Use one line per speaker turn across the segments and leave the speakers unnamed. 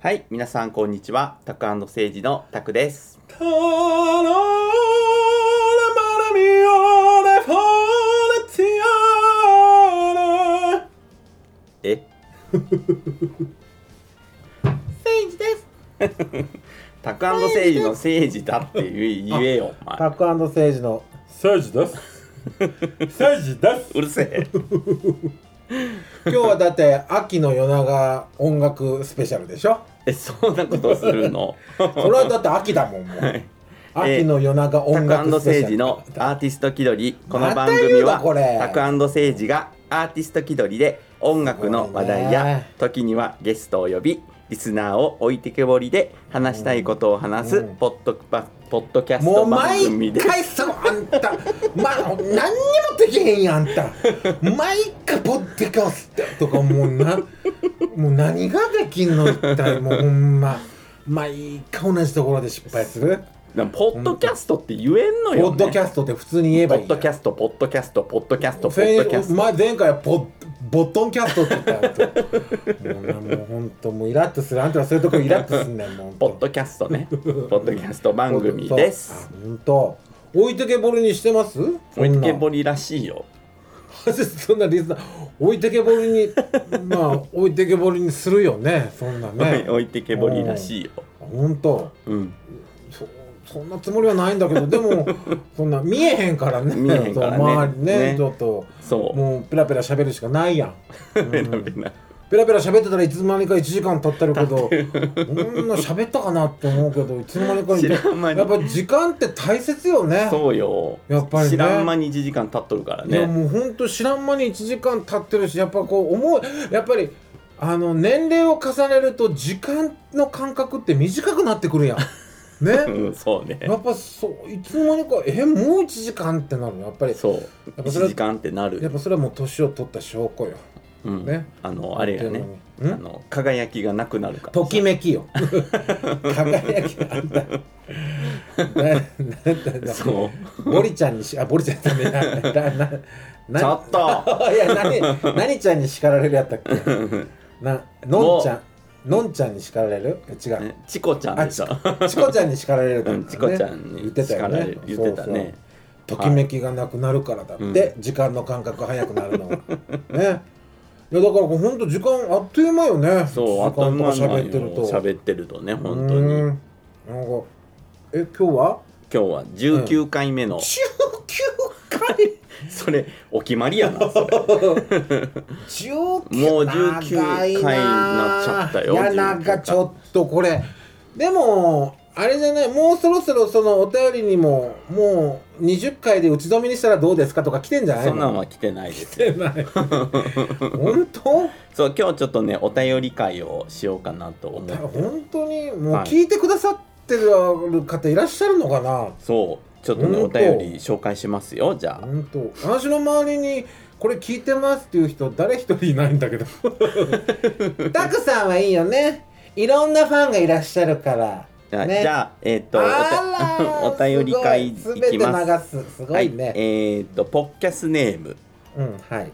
はい、皆さんこんにちは。タク誠治のタクです。
タララマラミオレフォレティアラ
え誠治です。タク誠治の誠治だって言え言えよ。お前
タック政治の
セージ ですセージです
うるせえ。
今日はだって秋の夜長音楽スペシャルでしょ
え、そんなことするの
それはだって秋だもんもう、
はい
秋の夜長
タ
音
ク
楽
誠
スペシャ
治
ル
のアーティスト気取り。この
また
番
言うの
組は、
これ
タク誠治がアーティスト気取りで音楽の話題
すごい
や
ね、
時にはゲストを呼び、リスナーを置いてけぼりで話したいことを話す
うん
ポッド,、パポッドキャス
も
ト
う
番
毎
組です。
回そのあんたま何にもできへんやんあんた毎回ポッドキャストとかもうなもう何ができんの一体もうほんま毎回同じところで失敗する
なんかポッドキャストって言えんの
ポ
よ、ね。
ッドキャストって普通に言えばいいやん
ポッドキャスト、ポッドキャスト、ポッドキャスト、ポ
それ
ッドキャスト。
ま前回はポッボットンキャストって言ったよもうなもうほんともうイラッとするあんたはそういうとこイラッとすんねんもう
ポッドキャストね。ポッドキャスト番組です。
ほんと置いてけぼりにしてます
置いてけ
り
ぼりらしいよ。
そんなリスナー置いてけぼ りにまあ置いてけぼりにするよねそんなね
置いてけぼりらしいよ。
ほんと
うん。
そそんなつもりはないんだけどでもそんな見えへんからね
見えへんからね
そう周りね
ね
ちょっと
そう。
もうペラペラ喋るしかないやん
ペラペラ
ペラペラ喋ってたらいつの間にか1時間経ってるけどこんな喋ったかなって思うけどいつの間にか
知らん間に
やっぱ時間って大切よね
そうよ。
やっぱりね
知らん間に1時間経っとるから
い
ね。
やもうほんと知らん間に1時間経ってるしやっぱこう思うやっぱりあの年齢を重ねると時間の感覚って短くなってくるやん ね
うん、そうね。
やっぱそういつの間にかえもう1時間ってなるのやっぱり
そう。
やっぱそれ
1時間ってな
やっ
る。
ぱそれはもう年を取った証拠よ
うん
ね
あの、あれやね。あ
うん
の、輝きがなくなるから。
ときめきよ。 輝きあんた。ななんだ
そう。
ボリちゃんにし、あ、ボリちゃんダメだ。だな、な、
ちょっと
いや、何、何ちゃんに叱られるやったっけ。な、のんちゃん、のんちゃんに叱られる。違う。
ねチコちゃん
あ、
でし
チ
ょ。
コ、チコちゃんに叱られると
う
かね、
んチコちゃんに叱られる言ってたね。
そうそうときめきがなくなるからだって、
う
時間の感覚早くなるのはねいやだからこうほんと時間あっという間よね
そう、
時間と
頭
か
が
喋ってると
喋ってるとね、本当に。
うー
今
んなんかえ今日は
日は19回目の、
19回
それ、お決まりや な、それ。
19
もう19
長
回
い
になっちゃったよ
いやなんかちょっとこれでもあれじゃないもうそろそろそのお便りにももう20回で打ち止めにしたらどうですかとか来てんじゃない
そんなん
の
は来てないです
来。てない本当
そう、今日ちょっとね、お便り会をしようかなと思
だ
う。
本当にもう
はい
聞いてくださってる方いらっしゃるのかな
そう、ちょっとね、お
本当
便り紹介しますよ、じゃあ。
本当私の周りにこれ聞いてますっていう人誰一人いないんだけどタクさんはいいよねいろんなファンがいらっしゃるから
じゃあ、
ね
じゃあえっ、とお
あら
た、 お便り会い
すごい
きます。
全て流すすご
はいい、
ね、
えっ、と、ポッキャスネーム、
うんはい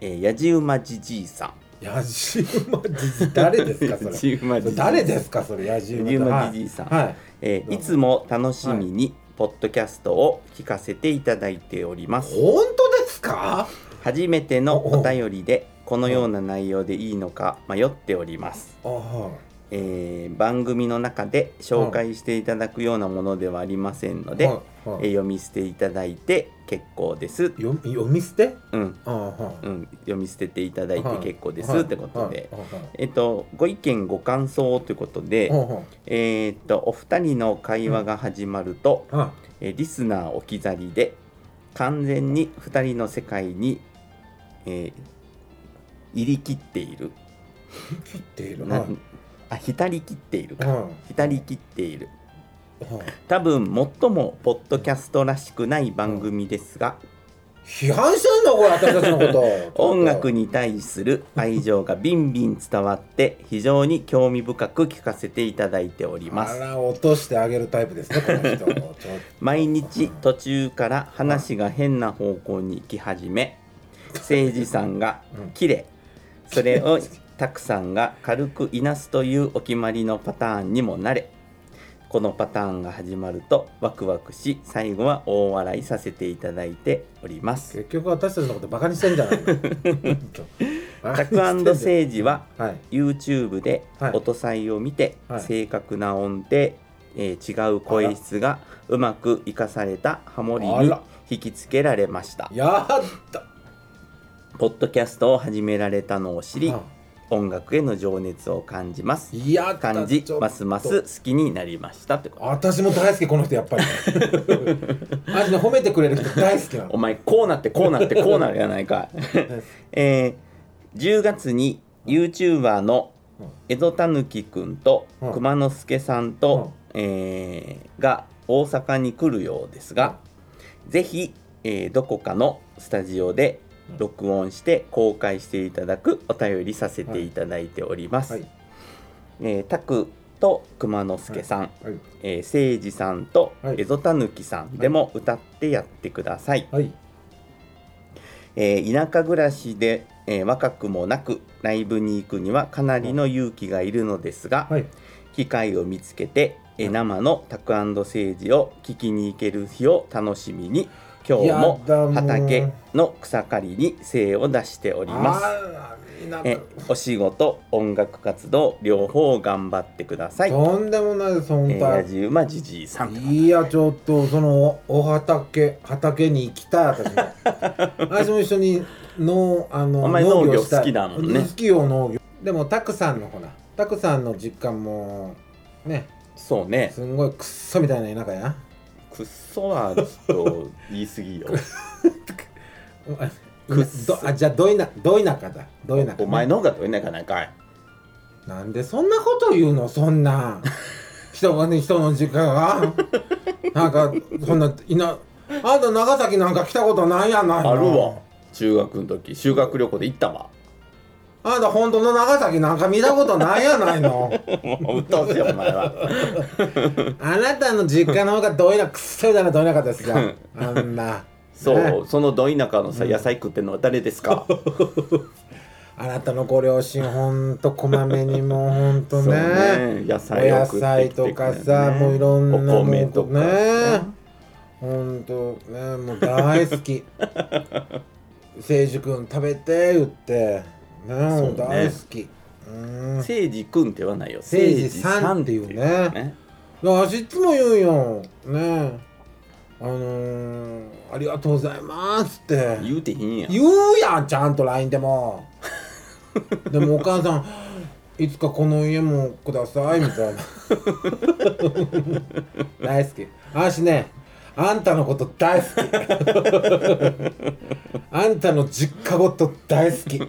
えー、やじうまじじいさん。
やじ馬じじ誰ですかそ
や
れ
じうまじじいさん
誰ですかそれやじ馬
やじ馬じじいさん
はい、はい
えー
どう
い
も
つも楽しみに、ポッドキャストを聞かせていただいております。
本当ですか
初めてのお便りで、このような内容でいいのか迷っております。
あは
えー番組の中で紹介していただくようなものではありませんの
い
で、
はい
え
は
ー
い
読み捨ていただいて結構です。
読み読み捨て
うん、
あは
うん、読み捨てていただいて結構です、
はい
ってことで。
はいはい
えっと、ご意見ご感想ということで、
はいはい
えーっとお二人の会話が始まると、
あ
えーリスナー置き去りで完全に2人の世界に、えー入りきっている、
切っている
な
はい
あ浸りきっているか、
は
浸りきっている
いはい
多分最もポッドキャストらしくない番組ですが、
批判してんのこれ私たちのこと
音楽
に
に対する愛情がビンビン伝わって非常に興味深く聞かせていただいておりま
あ
す
ら落としてあげるタイプですねこ の人ちょっと
毎日途中から話が変な方向に行き始め誠司さんが「キレ」それをたくさんが軽くいなすというお決まりのパターンにもなれこのパターンが始まるとワクワクし最後は大笑いさせていただいております
結局私たちのことバカにしてんじゃ ないの
タクセージは
はい
YouTube で
はい
音祭を見て、
はい
正確な音程、えー違う声質がうまく生かされたハモリ
あ
に
ら
引きつけられました
やった
ポッドキャストを始められたのを知り
あ
音楽への情熱を感じます
やった
感じ
ちょっと
ますます好きになりましたってこと
私も大好きこの人や っぱりマジで褒めてくれる人大好きな
お
の
前こうなってこうなってこうなるやない かえー10月に YouTuber の江戸たぬきくんと
うん
熊之助さんと、えーが大阪に来るようですが、ぜひ、えーどこかのスタジオで
うん
録音して公開していただくお便りさせていただいております。
はい
えータクと熊之助さん、
はい
えーせいじさんと
はい
えぞたぬきさんでも歌ってやってください
はい
えー田舎暮らしで、えー若くもなくライブに行くにはかなりの勇気がいるのですが、
はい
機会を見つけて、えー生のタクセージを聞きに行ける日を楽しみに今日も
やだもう
畑の草刈りに精を出しております。
あーなんか
えお仕事音楽活動両方頑張ってください。え
とんでもないです本
ー、ラジウマじじいさん
当いやちょっとそのお畑畑に行きた い私も私も一緒に農あの
お前農業好きだもんね
好きよ農業でもたくさんのほらたくさんの実家もね
そうね
すんごいクッソみたいな田 舎や
くっそはちょっと言い過ぎよ
う
くっ
ん
そ
どあじゃあどいなどいなかだどいなか
お前の方が取れないかないかい
なんでそんなこと言うのそ んな人がね人の実家がなんかそんないなあんた長崎なんか来たことないやないの
あるわ中学の時修学旅行で行った わ
あんた本当の長崎なんか見たことないやない の
もううっとうしいよお前は
あなたの実家の方がどいなくっそいだなどいなかで すよあんな
そ
ね
うそのど田舎のさ野菜食ってんのは誰ですか
あなたのご両親ほんとこまめにもうほんと
そう
ね
野
お
菜を
野
食って
菜
きてくれ
と
るね
かさ、もういろんなも
お
ん
米とか
ねほんとねもう大 好き聖司君食べて言ってねも
そううね
大好きうん
せいじくんって言わないよ
せいじさんっていうね
せいじさんっていうね
私いつも言うよねあのー「ありがとうございます」って
言うていいんや
言うやんちゃんと LINE でもでもお母さん「いつかこの家もください」みたいな大好き私ねあんたのこと大好きあんたの実家ごと大好き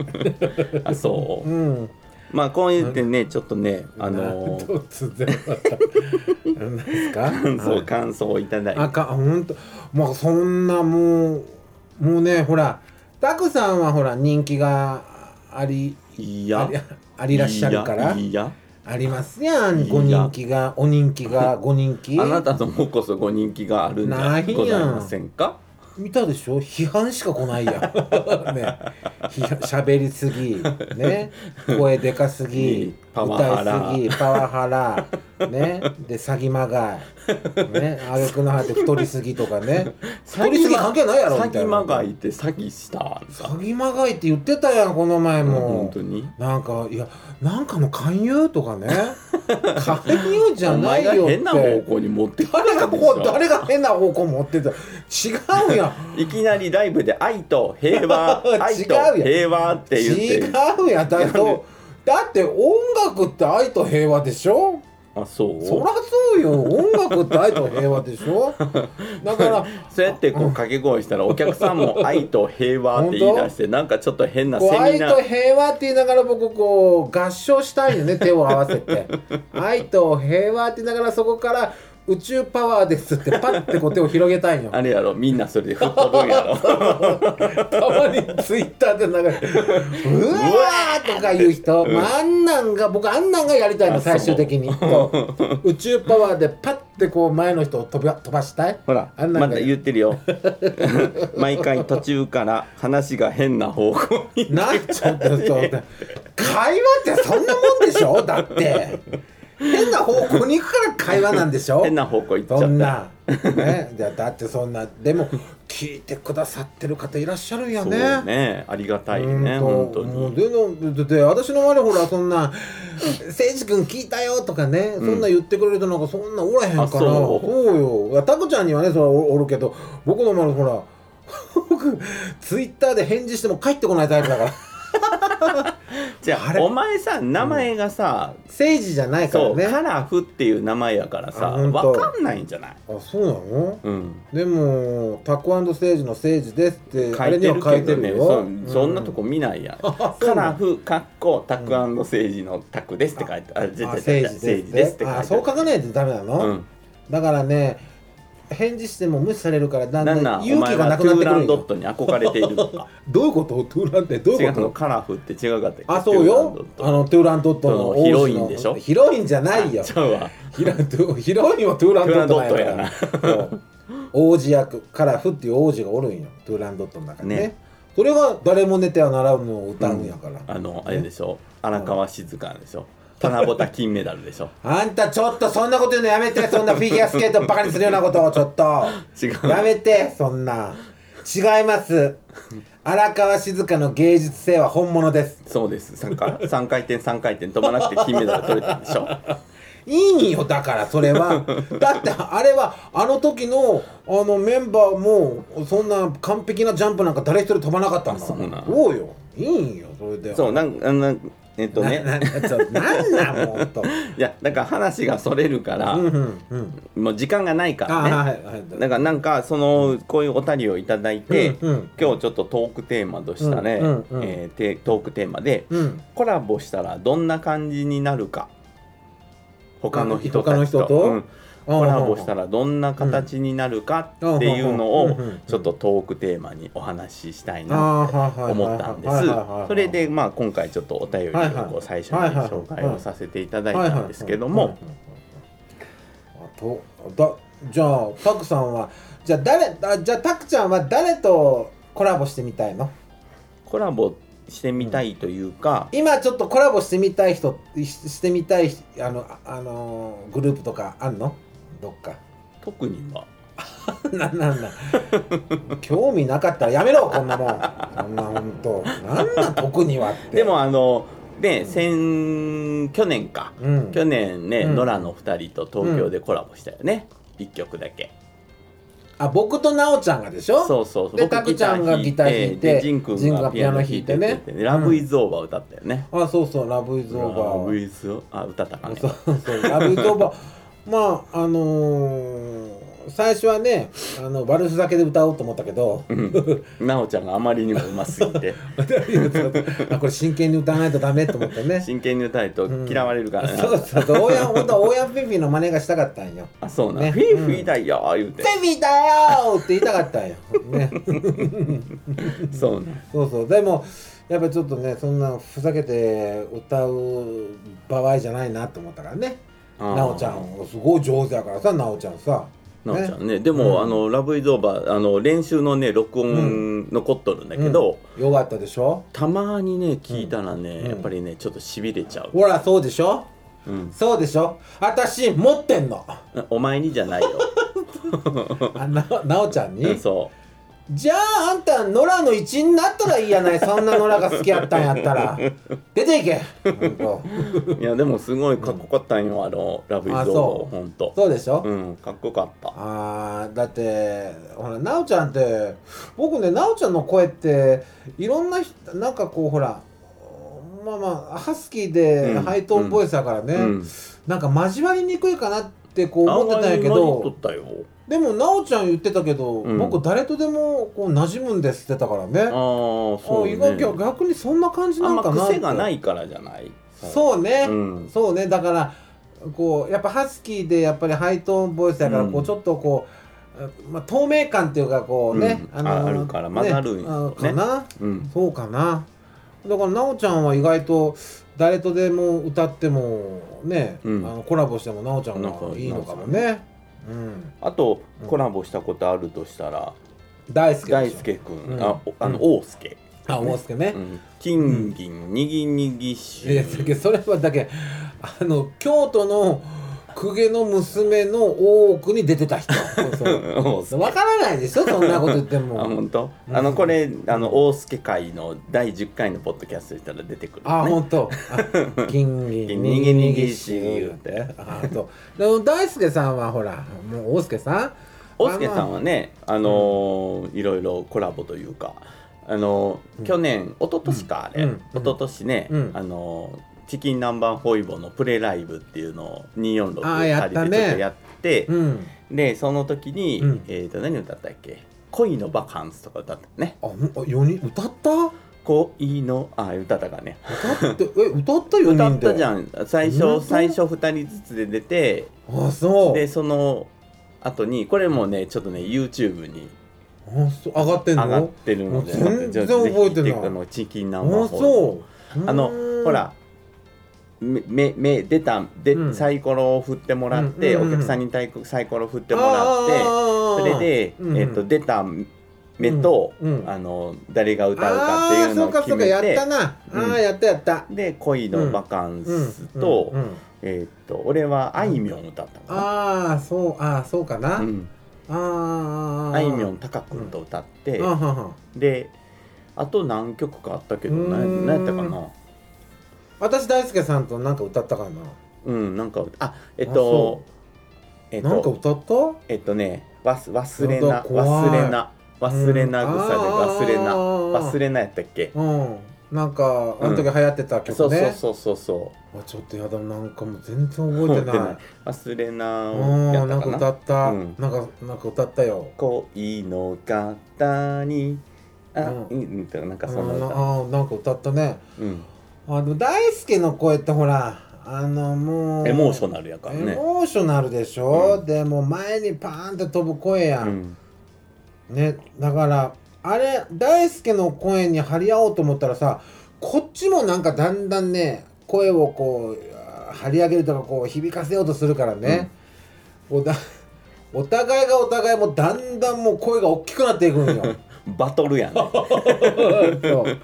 あそううんまあこう言ってねちょっとねあのー
突然また何ですか
感
は
想
い
感想をいただいて
あかんほんともうそんなもうもうねほらたくさんはほら人気があり
いや
ありありらっしゃるから
いや
ありますやん
いや
ご人気がお人気がご人
い
気
やあなたの方こそご人気があるんじ
な
ゃ
いやん
ございませんか
見たでしょ批判しか来 ないやんね批判喋りすぎね声でかす
い
ぎ
いパワハラ
歌いすぎパワハラねで詐欺まがいね歩くの果て太りすぎとかね太りすぎ関係ないやろみ
詐
たい
欺
な
まがいって詐欺したん
詐欺まがいって言ってたやんこの前
本
も
当に
なんかいやなんかの勧誘とか ね勧誘じゃ
お
な
前
い
が
よって
変な方向に持ってきた
誰が
でし
こ
ょ
う誰が変な方向持ってた違うやん
いきなりライブで愛と平和
違うやん
愛と平和って言って
違うやんだとだって音楽って愛と平和でしょ
あそうそ
そらそうよ音楽って愛と平和でしょだ から
うやってこう掛け声したらお客さんも愛と平和って言い出してなんかちょっと変なセ
こう愛
ミナ
と
ー
平和って言いながら僕 こう合唱したいよね手を合わせて愛と平和って言いながらそこから宇宙パワーですってパッてこう手を広げたいんよ
あれやろみんなそれで吹っ飛ぶんやろ
たまにツイッターで流れて「うわー!」とか言う人、まあ、あんなんが僕あんなんがやりたいの
あそう
最終的にそう宇宙パワーでパッてこう前の人を飛ば飛ばしたい
ほら
あんな
ま
ん
だ
か
言ってるよ 毎回途中から話が変な方向に
なんちょっとそう会話ってそんなもんでしょだって変な方向に行くから会話なんでしょ
変な方向行っちゃった
そんな、ね、じゃあだってそんなでも聞いてくださってる方いらっしゃるんや
そう
ね。
ねありがたいね
うん
本
と
当
もう
に
でのでで私の周りほらそんな「誠司君聞いたよ」とかねそんな言ってくれる人なんかそんなおらへんから
あそう
よいやタコちゃんにはねそれはおおるけど僕の周りほら僕ツイッターで返事しても帰ってこないタイプだから誠
じゃ
あ
あ
れ
お前さ名前がさ、
司じゃないか
そ
ら
う、
ね
カラフっていう名前やからさ
あ本
分
当
かんないんじゃない
あそうなの
うん
でも「タコ誠司の誠司です」って
書
あ
い
れに
て
は
る
書
け
いて
ど
る
ね
よ
そ,、、
うん
そんなとこ見ないやん
あ そう
カ
な
ラ
の
フかっこタク政治のタクですって書いてある
あ
政
誠
治
司
で
ですす
っ書い
ってて
てあ
あ
る
そう書かないとダメなの、
うん
だからね返事しても無視されるからだん
な
だ
ん
ん
なんお
勇
前
気が
は
な
ト
くな
ゥー
ってく
ラ
る
ン
ん
ドッ
よ
トに憧れているとか
どういうことトゥーランってどう
違
いう
う
こ
の
と
カラフって違かったっけ
あそうよ
トゥー
あ
ランドット
のトゥーランドットの王子の
ヒロインでしょ
ヒロインじゃないよ
ちゃうわ
ヒロトゥヒロインはトゥーランドットなんやから
ト
そう王子役カラフっていう王子がおるんよトゥーランドットの中にね
ね
それが「誰も寝てはならぬ」を歌うんやから、
あのあれでしょ荒川静香でしょ七夕金メダルでしょ
あんたちょっとそんなこと言うのやめてそんなフィギュアスケートバカにするようなことをちょっと
違う
やめてそんな違います荒川静香の芸術性は本物です
そうです三回三回転三回転飛ばなくて金メダル取れたんでしょ
いいよだからそれ はだってあれはあの時のあのメンバーもそんな完璧なジャンプなんか誰一人飛ばなかったんだ
そうなん
そうよいいよそれで
そうなんあのえっと
な
ね
ななちょなんなんもう ほんと
いやだから話がそれるから、
うんうんうん
もう時間がないから
あ
ね
はいはい
だからなんかそのこういうお便りをいただいて、
うんうん
今日ちょっとトークテーマとしたね、
うんうんうん
えーてトークテーマで
うん
コラボしたらどんな感じになるか他の人
他の
たちと
人と
うんコラボしたらどんな形になるかっていうの
うん
を
うんうん
ちょっとトークテーマにお話ししたいな
あーはいはいはい
思ったんで
は
す
いはいはいはい
それでまあ今回ちょっとお便りをこう最初に紹介をさせていただいたんですけども
あとだじゃあタクさんはじゃあ誰あじゃあタクちゃんは誰とコラボしてみたいの
コラボしてみたいというか
今ちょっとコラボしてみたい人ししてみたいあのああのーグループとかあんのどっか
特には
なんなんだ興味なかったらやめろこんなもんこんなほんとなんなん特にはって
でもあのね先去年か
うん
去年ね
うん
野良の2人と東京でコラボしたよね1曲だけ。
あ僕と奈緒ちゃんがでしょ
そうそうそう
でタクちゃんがギター弾いて
でジンくんがピアノ弾いて
ジンがピアノ弾いてね
ね「ラブ・イズ・オーバー」歌ったよね、
あそうそう「ラブイズオーバー
ラブ・イズ・オーバー歌ったかね
そうそうラブイトバまああのー最初はねあのバルスだけで歌おうと思ったけど
うんなおちゃんがあまりにもうますぎて
あこれ真剣に歌わないとダメと思ってね
真剣に歌えと嫌われるからね、
そうそうそう大山本当は大山フィフィの真似がしたかったんよ
あそうな、
ね
フィーフィーだよー言う
「フ
て
ィフィだよ!」って言いたかったんよ、ね、
そうな
そうそうでもやっぱちょっとねそんなふざけて歌う場合じゃないなと思ったからね
あー
なおちゃんすごい上手やからさなおちゃんさ
なおちゃんねでも、
うん
あのラブ・イズ・オーバーあの練習のね録音残っとるんだけど、
よかったでしょ
たまにね聞いたらね、
うん
やっぱりねちょっとしびれちゃう、
ほらそうでしょ
うん、
そうでしょ私持ってんの
お前にじゃない よ、
あななおちゃ
う
ん
ん
に
そう
じゃああんた野良の一員になったらいいやないそんな野良が好きやったんやったら出ていけほんと
いやでもすごいかっこよかったんよ、あの「ラブイズ
あ
オー
そ
バー
う
ほんと
そうでしょ、
うんかっこよかった
あーだってほらなおちゃんって僕ねなおちゃんの声っていろんなひなんかこうほらまあまあハスキーで
うん
ハイトーンボイスだからね、
うん
なんか交わりにくいかなってこう思ってたんやけ
あんまり混じっ
ど
とったよ
でもなおちゃん言ってたけど、
うん
僕誰とでもこう馴染むんですって言ってたから
ああ
ね
そう、
あ意外と
ね
逆にそんな感じ
あ
なんん
ま
かなって
癖がないからじゃない
そうね、
うん
そうねだからこうやっぱハスキーでやっぱりハイトーンボイスだから
うん
こうちょっとこう、あまあ、透明感っていうかこうね、
うんああるから混ざるんでしょうね
ねあかな
うん
そうかなだから奈緒ちゃんは意外と誰とでも歌ってもね、
うん
あのコラボしても奈緒ちゃん
なん
が
か
いいのかもねうん
あとコラボしたことあるとしたら、
大好き
大輔くん、
うん
あおあの、
うん
大輔、
あ大輔ね、
うん、金銀にぎにぎし
いやだけどそれはだけあの京都の公家の娘の大奥に出て た人そう
大
そ
輔
うわからないでしょそんなこと言って
あ
も
本当、
うん
あのこれあの大輔会の第10回のポッドキャストでしたら出てくる、ね、
あ本当あ金銀
銀にぎにぎし言うて
あとでも大輔さんはほらもう大輔さん
大輔さんはねあのーいろいろコラボというかあのー
うん
去年一昨年かあれ、
うんうん
一昨年ね、
うん
あのーチキン南蛮ホイボのプレライブっていうのを246
あーやった
借
ね
りてちょっとやって
うん
でその時に、
うん
えー、と何歌ったっけ「恋のバカンス」とか歌ったね
あほんあ四人歌った
「恋の」あ歌ったかね
歌ってえ歌った四人で
歌ったじゃん最
本
初
当
最初2人ずつで出て
あそう
でその後にこれもねちょっとね YouTube に
あそう上がってんの
上がってるので
もう全然覚えてない
ぜひ見あのチキンナンバ
あ
ーホ
そう
ーあの
うん
ほらめめめ出たで、
うん
サイコロを振ってもらって、
うんうんうん
お客さんにタイコサイコロ振ってもらってそれで、
うん
えっと出た目と、
うんうん
あの誰が歌うかっていうのを
あーそうか
決
そうか
め
やってたな、
うん
ああやったやった
で恋のバカン
うん
スと、
うんうん
えーっと俺はあいみょん歌ったかな、
ああそうああそうかな、
うん
ああ
あいみょんたかくんと歌って、
あはは
であと何曲かあったけど
うー
何
ん
何やったかな
私大輔さんとなんか歌ったかな、
うんなんかあえっ
あ
と
そ
えっ
なんか
と
歌った
えっとねわす忘れ
なん
な
か怖い
忘れな忘れな
うん
草で忘れな
あー
忘れなやったっけ
うんなんかあの時
う
流行ってた曲ね、
そうそうそうそうそ
あちょっとやだなんかもう全然覚
う
えてない
忘れなをやっ
うんな
た
んか
かな
歌った、
うん
なんかなんか歌ったよ
恋の方にあ、う
うん
ん、うんなんか
あ
そんな歌
あーなんか歌ったね
うん、
あでも大輔の声ってほらあのもう
エモーショナルやから
エ
ね
モーショナルでしょ、
うん
でも前にパーンって飛ぶ声や、
うんん
ねだからあれ大輔の声に張り合おうと思ったらさこっちもなんかだんだんね声をこう張り上げるとかこう響かせようとするからね、こうだお互いがお互いもうだんだんもう声が大きくなっていくん よ
バトルや ね
そう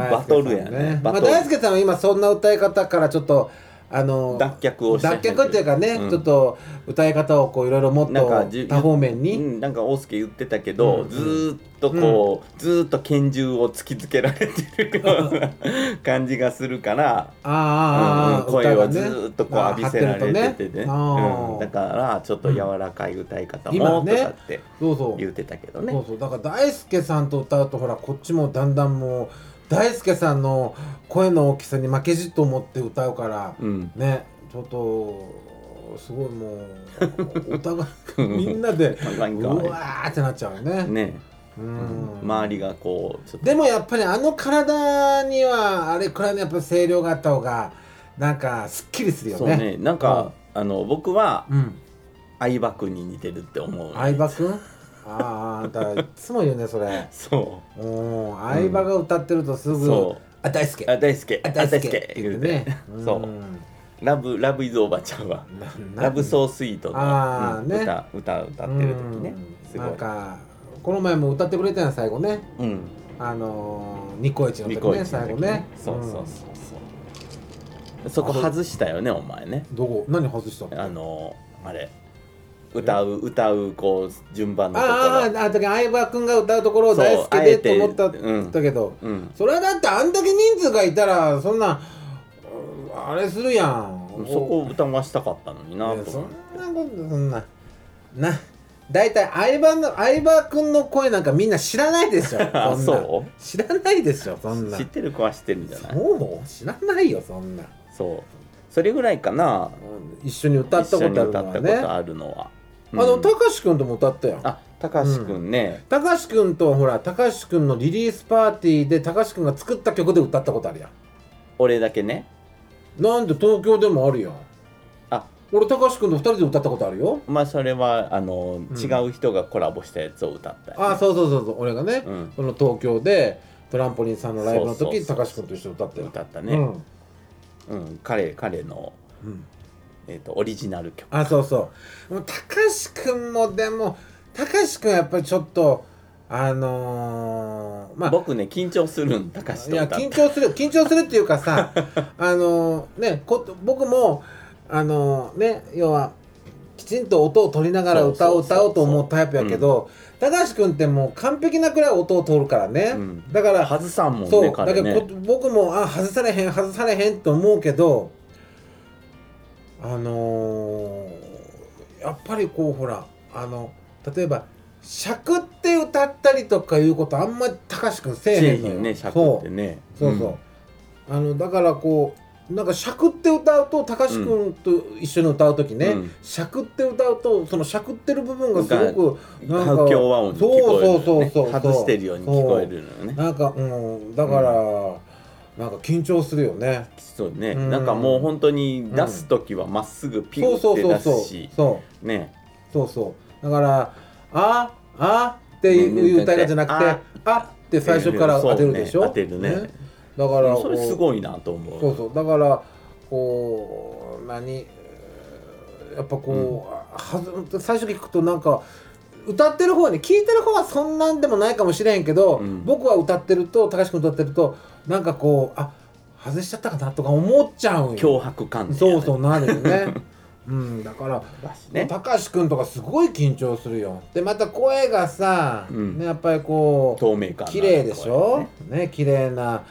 バトルやね
ま
バト
あ、
ル
大輔さんは今そんな歌い方からちょっとあの
脱却をして
脱却っていうかね、
うん
ちょっと歌い方をこういろいろもっ
なんか
と
じゅ
多方面
う
に、
ん、なんか大輔言ってたけど、
うん
ずーっとこう、ずーっと拳銃を突きつけられてるような感じがするから、
あーあー、あー
うん声
歌
を
が
ず
ね
ーっとこう浴びせられ
あー張
て
ってて
ね
るとねあー
うん、だからちょっと柔らかい歌い方も
今
と
ね
かって
そうそう
言ってたけどね
そうそうだから大輔さんと歌うとほらこっちもだんだんもう大輔さんの声の大きさに負けじと思って歌うから、
うん
ねちょっとすごいもうお互いみんなで
な
うん
か
わーってなっちゃうよね
ね、
うん
周りがこうちょっと
でもやっぱりあの体にはあれくらいのやっぱ声量があった方がなんかすっきりするよ
そう
ね
ねなんか、あの僕は
うん
相葉君に似てるって思う
相葉くんあーあんたいつも言うねそれ
そ
うん相葉が歌ってるとす
う
ぐ、
そう
あ大好き
あ大輔
あ
あ
大
大
好
輔
きって言ってね
言うてそうんラブラブイズおばちゃんは
な
ラブソースイートの
あー
うん
ね
歌歌歌ってる時ね
うん
すご
ないんかこの前も歌ってくれたやん最後ね
うん
あのーニコイチの
ニ
時
コイチ
ね
の
最
時
後ね
そうそうそう
う
そうそこ外したよねお前ね
んどこ何外したの
あのーあれ歌う歌うこう順番のとこ
あーあーあの時相葉君が歌うところを
そう
大好き
あ
で
え
と
て
思った
うん
だけど
ろうん
それはだってあんだけ人数がいたらそんなうんあれするやん
そこを歌わしたかったのにな
ね
と
そ
思っ
ん
て
なことそんなな大体相葉の相葉君の声なんかみんな知らないでし ょ
あ
そんな
そ
知らないでしょそんな
知ってる子は知ってるんじゃない
そう知らないよそんな
そうそれぐらいかな
一緒に歌った
一
こと
緒
あ
に
る
歌
の
っ
は
た
ね
ことあるのは
あ
う
の
ん
たかし君とも歌ったよ
あたかしくんね
たかし君とほらたかし君のリリースパーティーでたかし君が作った曲で歌ったことあるやん
俺だけね
なんで東京でもあるやん
あ
俺高橋君と二人で歌ったことあるよ
まあそれはあの、
ん
違う人がコラボしたやつを歌ったり
あそうそうそうそう俺がね、
うん
その東京でトランポリンさんのライブの
そう
時
そうそう
高橋君と一緒に歌ったよ
歌ったね、
うん
うん彼彼の、
うん
えー、とオリジナル曲
あそうそうもう高橋君もでも高橋君はやっぱりちょっとあのー、まあ
僕ね緊張するん高橋
い
と歌
や
った
緊張する緊張するっていう かさあのねこ僕もあのね要はきちんと音を取りながら歌を
そうそう
歌
そう
おうと思うタイプやけど、高橋君ってもう完璧なくらい音を取るからね、
うん
だから
外さんもんね
そうだ
彼
け
ね
どこ僕もあ外されへん外されへんと思うけどあのーやっぱりこうほらあの例えば尺って歌ったりとかいうことあんまり高橋君せえ
製
へんの
品
よ
ね尺
そ
っ
う
てね
そうそう、あのだからこうなんか尺って歌うと高橋君と一緒に歌う時ね、
うん
尺って歌うとその尺ってる部分がすごく
うん
なんか
環境和音に聞こえるのよね
そうそうそうそ
外
う
してるように聞こえるのよね
なんかうんだから、なんか緊張するよね
そうね、
うん
なんかもう本当に出す時はまっすぐピュ
そう
ッ
そう
て出
そうそう
すし
そう
ね
そうそうだから「ああっていう歌い方じゃなくて
うん
「あ」って最初から当てるでしょ、
そうね当てるね
だから
それすごいなと思う
そうそうだからこう何やっぱこう、はず最初聞くとなんか歌ってる方はね聞いてる方はそんなんでもないかもしれへんけど、
うん
僕は歌ってると高橋君歌ってるとなんかこうあ外しちゃったかなとか思っちゃうんよ
脅迫感
そうそううなるよ ねうんだから
だしね
高橋君とかすごい緊張するよでまた声がさ、
うん
ね、やっぱりこう
透明感のある
綺麗でしょ
声
ね綺麗な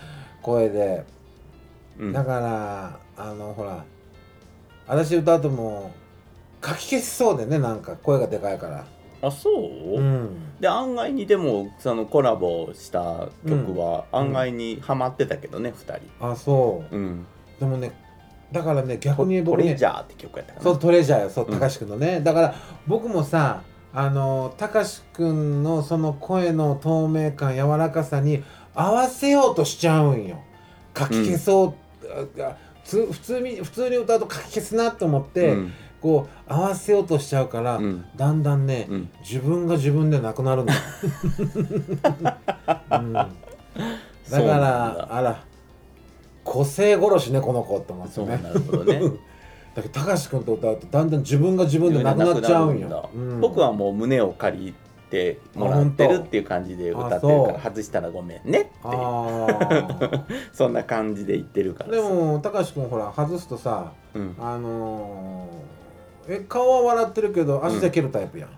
声で。
うん
だからあのほら私歌うともうかき消しそうでねなんか声がでかいから
あそう、
うん
で案外にでもそのコラボした曲は
ん
案外にハマってたけどね、二人
あそ
うん
うでもねだからね
「ト
逆に僕
レ
ね
ジャー」って曲やったかな
そうトレジャーよそう
うん
高志くんのね、だから僕もさあの高志くんのその声の透明感柔らかさに合わせようとしちゃうんよかき消そう、ああつ普通に普通に歌うとかき消すなと思って、
うん
こう合わせようとしちゃうから、
うん
だんだんね、
うん
自分が自分でなくなるん だ、うん、だ
そうな
か
ん
ら
だ
あら個性殺しねこの子って思って
そう
ね
なるほどね
だけど高橋君と歌うとだんだん自分が自分でなくなっちゃうんよ、うん
僕はもう胸を借りてもらってるっていう感じで歌ってるから
あそ
外したらごめんねって
あ
いう
ー
そんな感じで言ってるから
で
さ、
も高橋君ほら外すとさ
うん、
あのーえ顔は笑ってるけど足で蹴るタイプやん、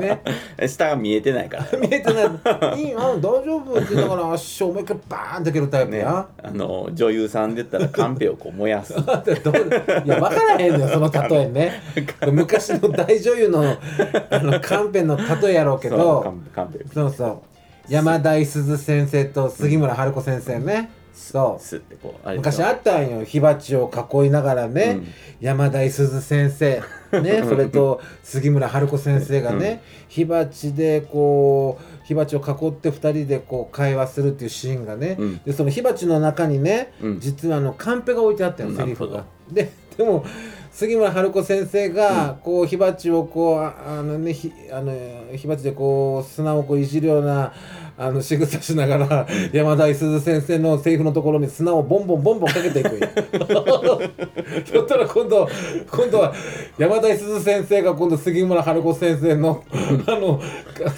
ね
下が見えてないから
見えてない「いいあ大丈夫」って言いながら足を思いっきりバーンって蹴るタイプ
ね、
やん、
あの女優さんで言ったらカンペをこう燃やす
ってどういや分からへんのよその例えね昔の大女優のあのカンペの例えやろ うけ
そうカ
ど
ンペカンペ
そうそう山田五十鈴先生と杉村春子先生ねそ
スってこうあ
う
れ
昔あったんよ火鉢を囲いながらね、
うん
山田五十鈴先生ねそれと杉村春子先生がね、火鉢でこう火鉢を囲って2人でこう会話するっていうシーンがね、
うん
でその火鉢の中にね、
うん
実はあのカンペが置いてあったよ
うん
セリフ
なる
が。で でも杉村春子先生がこう火鉢をこうああのねひあの火鉢でこう砂をこういじるようなあの仕草しながら 山田五十鈴先生のセリフのところに砂をボンボンボンボンかけていくんよ そしたら今度今度は山田五十鈴先生が今度杉村春子先生のあの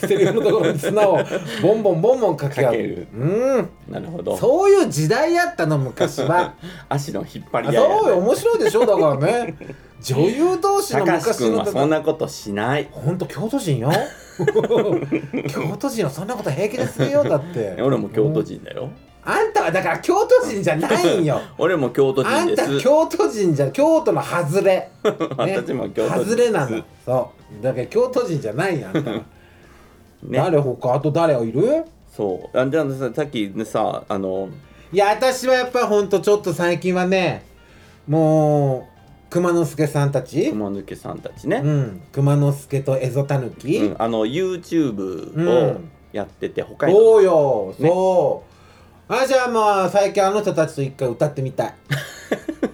セリフのところに砂をボンボンボンボンかけ合う
かける
うん
なるほど
そういう時代やったの昔は
足の引っ張
あ
り合いやね
そうよ面白いでしょだから ね女優同士の
高橋
昔
君
の
はそんなことしない
ほんと京都人よ 京都人はそんなこと平気でするよだって
俺も京都
人
人だよ
あんたはだから京都人じゃないんよ
俺も 京都
あ
人
ん
で
た
す
京都人じゃ京都 の外れ、ね
私も京都人
外れなのそうだから京都人じゃないよあ んたは、
ね
誰他あと誰いる
そうあじゃあささっきねさあの
いや私はやっぱほんとちょっと最近はねもう熊之助さんたち
熊抜けさんたちね、
うん、熊之助とエゾタヌキ、
うんあの YouTube
う
を
ん
やってて他に
そうよそ う、あじゃあまあ最近あの人たちと一回歌ってみたい、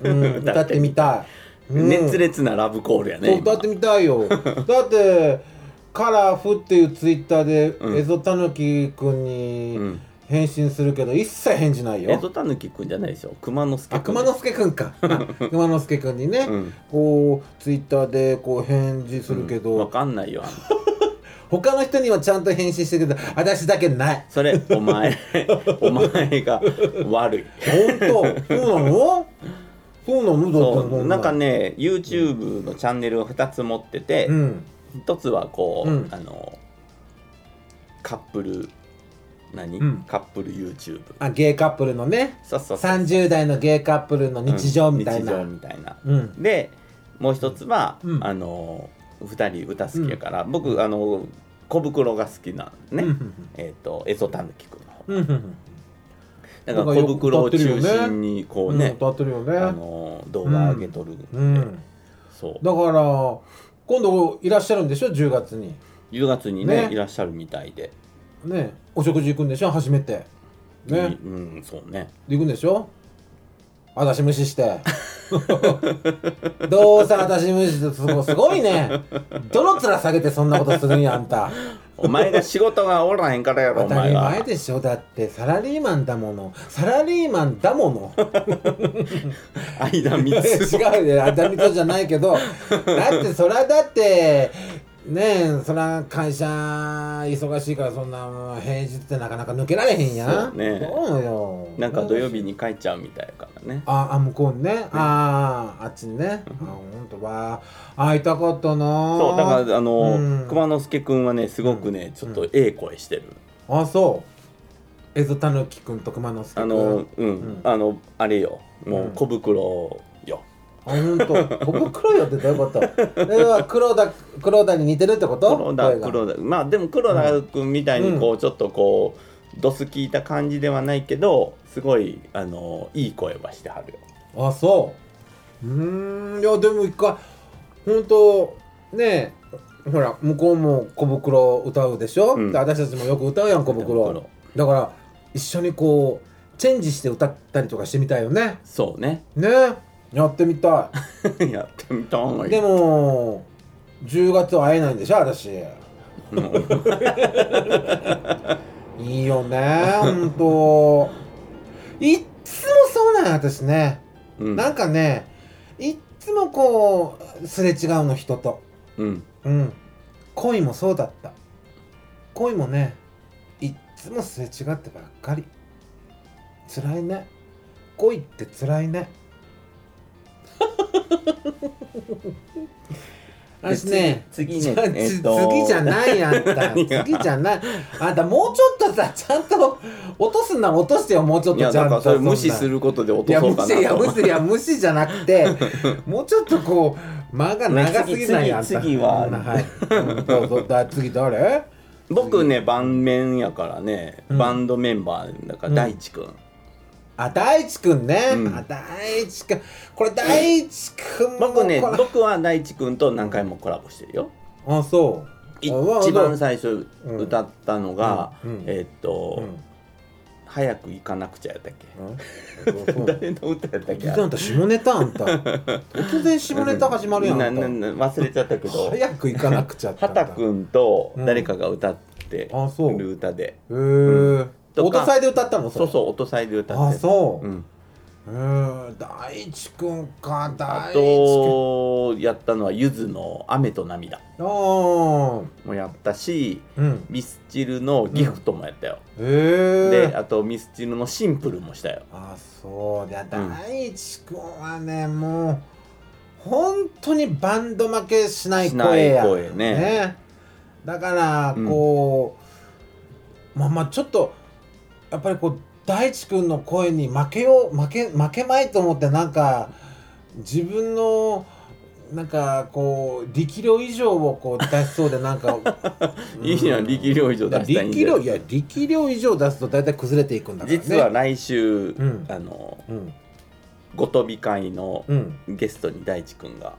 うん、
歌
歌
っ
ってて
み
みたいうん
熱烈なラブコールやね
歌ってみたい よだってカラフっていうツイッターで、
うん
エゾタヌキくんに
うん
返信するけど一切返事ないよ、
えとたぬきくんじゃないでしょ熊之助
あ
くん
熊之助く んかあ熊之助くんにね、
うん
こうツイッターでこう返事するけど、
わかんないよあんた
他の人にはちゃんと返信してるけど私だけない
それお 前お前が悪い
本当そうなのそうなのだって
そ
そん
うなんかね YouTube のチャンネルを2つ持ってて、
うん
一つはこう、
うん
あのカップル何、
うん
カップル YouTube
あゲイカップルのね
そうそうそう
30代のゲイカップルの日常みたいな、
う
うん
日常
ん
みたいな
うん
でもう一つは、
うん
あの2人歌好きやから、僕あの小袋が好きなのね、
うん
えっ、とエゾタヌキくんの方
うんうん
だから小袋を中心にこうね
歌ってるよね
あの動画上げとるんで、
うん
そう
だから今度いらっしゃるんでしょ10月に
10月にね
ね
いらっしゃるみたいで、
ねお食事行くんでしょ初めてね
いいうんそうね
で行くんでしょ私無視してどうせ私無視してすごすごいねどの面下げてそんなことするんやあんた
お前が仕事がおらへんからやろ
当
お
た
前
り
が
前でしょだってサラリーマンだものサラリーマンだもの
間
いや
3
違
つ
うよ当たり前じゃないけどだってそらだってねえそら会社忙しいからそんなもう平日ってなかなか抜けられへんや
そうね
そうよ
なんか土曜日に帰っちゃうみたいやからね
ああ向こうにね、あああっちにね、あ本当は会いたかったな
そうだからあの、
うん
熊之助くんはねすごくね、ちょっとええ声してる、
あそうエゾタヌキくんと熊之助くん
あのうん、
うん
あのあれよも
う
うん小袋よ、
あ本当小袋よってどういうこと では黒田黒田に似てるってこと
黒田
声が
黒田まあでも黒田君みたいにこうちょっとこうドス効いた感じではないけどすごいあのいい声はしてはるよ
あそううーんいやでも一回本当ねえほら向こうも小袋歌うでしょ、
うん
で私たちもよく歌うやん小袋
小袋
だから一緒にこうチェンジして歌ったりとかしてみたいよね
そうね
ねえやってみた
やってみたんが
い
いい
でも10月は会えないんでしょ私
うん
いいよね ほんといっつもそうなん私ね、
うん
なんかねいっつもこうすれ違うの人と
うん
うん恋もそうだった恋もねいっつもすれ違ってばっかり辛いね恋って辛 いね私ね
次次ね
じゃ
えっと
次じゃないあんた
何が
次じゃないあんたもうちょっとさちゃんと落とすなら落としてよもうちょっ
いや
とちゃ
だ
ん
か
と
らそれ無視す
る
ることで落
い
と
や
そ
無
うか
視い
な
や
と
無視いや無視じゃな くてもうちょっとこう間が長すぎないあんた
次次は
うんはいうんどうぞだ次誰
僕ね盤面やからね、
うん
バンドメンバーだから大地君、
あ大地くんね、
うん
あ大地くんこれ大地くんも
僕ね
これ
僕は大地君と何回もコラボしてるよ
あそう
一
あわ
番最初
うん
歌ったのが、
うんうん
えーっと、
うん
早く行かなくちゃやったっけ、
うんそう
誰の歌やったっけ
聞いたあんた下ネタあ んた突然下ネタ始まるやんあ
なんな
た
な忘れちゃったけど
早く行かなくちゃってあんた
畑くんと誰かが歌って
うんあそう
る歌で、
へー
とか
音祭で歌ったの
そうそうう音祭で歌
あ
って
そう、
ん、
うーん、大地くんか
あ
大地く
と
ん
やったのはゆずの「雨と涙
あー」
もやったし
うん
ミスチルの「ギフト」もやったよ、
へ
で
え
あとミスチルの「シンプル」もしたよ
あそうだ大地くんはねもう本当にバンド負けしない声や
しない声ね
だから
うん
こう、まあまあちょっとやっぱりこう大地くんの声に負けよう負け負けまいと思ってなんか自分のなんかこう力量以上をこう出しそうでな んか
いいじゃん力量以上出したいんで
力量いや力量以上出すと大体崩れていくんだからね
実は来週、
ん
あの
うん
ごとび会の
うん
ゲストに大地くんが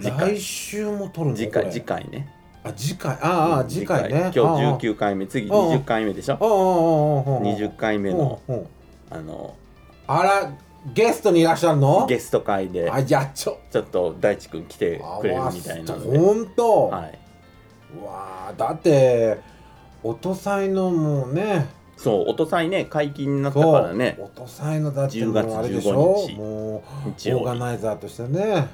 次回
来週も撮るの
次
こ
回
れ
次回ね
あ次回ああ次回ね
今日
19
19回目次
ああ
20回目でしょ
ああああああああ
20回目の
うんうん
あの
あらゲストにいらっしゃるの
ゲスト会で
あ、やっちょ。
ちょっと大地君来てくれるみたいなので、
ほんと。
はい、
うわあ、だって、おとさいのもうね、
そうおとさいね解禁になった
そう
からね
おとさいのだって
10
もう
月
あれでしょ
15日
もう、オ
日曜
ー
日
ガナイザーとしてね、やっ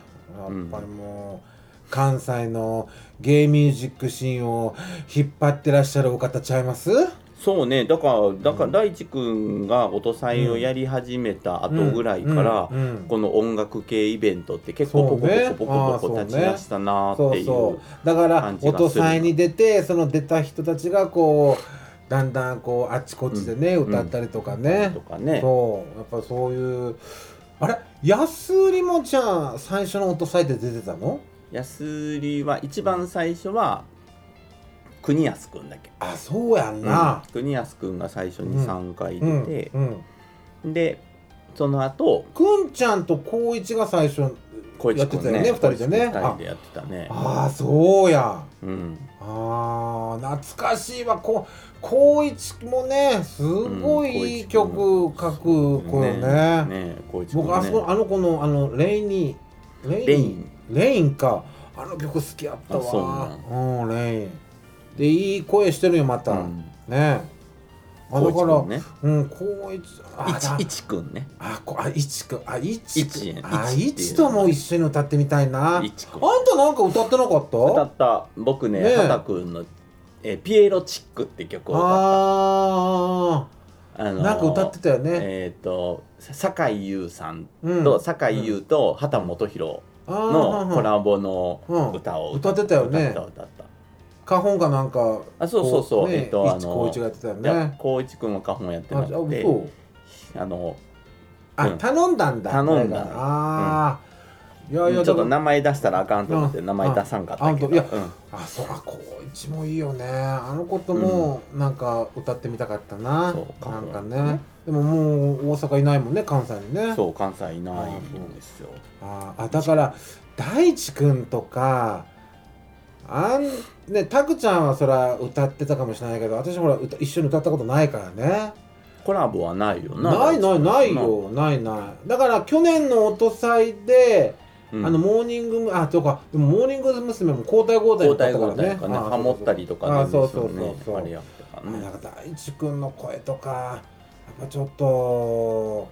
うん
ぱりもう、関西のゲイミュージックシーンを引っ張ってらっしゃるお方ちゃいます
そうねだからだから大地君がおとさいをやり始めた後ぐらいから、
うんうん
この音楽系イベントって結構ポコポコポコポ
そう
コ
ね
立ち出したなーっ
そ
て
う
いう
そうだから
感じがする
音祭に出てその出た人たちがこうだんだんこうあっちこっちでね、
ん
歌ったりとかね
と、かね
そうやっぱそういうあれ安売りもじゃあ最初の音祭で出てたの
安売りは一番最初は国安くんだっけ、
あそうやんな、
うん国安くんが最初に3回
うん
出て、
うん
でその後
くんちゃんと光一が最初
小市くんね
やってたよね二人でね
小市くん二人でやってたね
ああそうや
うん
あー懐かしいわこ光一もねすご
うん
いいい曲書く子よね
ね小市くんね
僕あそこあの子のあのレイニーレ
レイン
レインかあの曲好きやった
あそう
わ
な
うんレインでいい声してるよまた、
うん
ねあだか
光一
ら
くんね
うんこういちあだ
いちいちくんね
あこあいちくんあいちく
いち
んあ
いち
いちとも一緒に歌ってみたいなあん
いちくん
たなんか歌ってなかった
歌った僕ね
ねえ
畑くんのえー「ピエロチック」って曲を歌った
あ
あ
あ
のー
なんか歌ってたよね、
えっ、と酒井優さん
うん
と酒井優と畑元博
あ
の
ー
コラボの
うん
歌を
歌ってたよね
歌った歌った
花本かなんか
あそうそうそう
こ
え
ね
っとあの
いちこういちがやってたよ
いや
ね
光一君は花本やって
あ
な
あ
くて
そう
あの
あ、
うん
頼んだんだ
頼んだ
誰かああ、いやい
ちょ
や
っと
な
名前出したらあかんと思って
うん
名前出さんかったけ
あ
ど
いや
うん
あそうか高一もいいよねあのこともなんか歌ってみたかったな、
そう
なんか
かも
ね
ね
でももう大阪いないもんね関西にね
そう関西いないんですよ
あーあだから大地くんとかあんねタクちゃんはそら歌ってたかもしれないけど私ほら歌一緒に歌ったことないからね
コラボはないよな
ないないないよないないだから去年の音祭で
うん
あのモーニングあとかでもモーニング娘。も交代交代
交
だ
代
ったか
交
ら
代
ね
とかね
あー
ハモったりと
あ
か
ー
ね
そうそうそう
ね
そう
あれやってた
あ
から
なん
ね
か大地君の声とかやっぱちょっと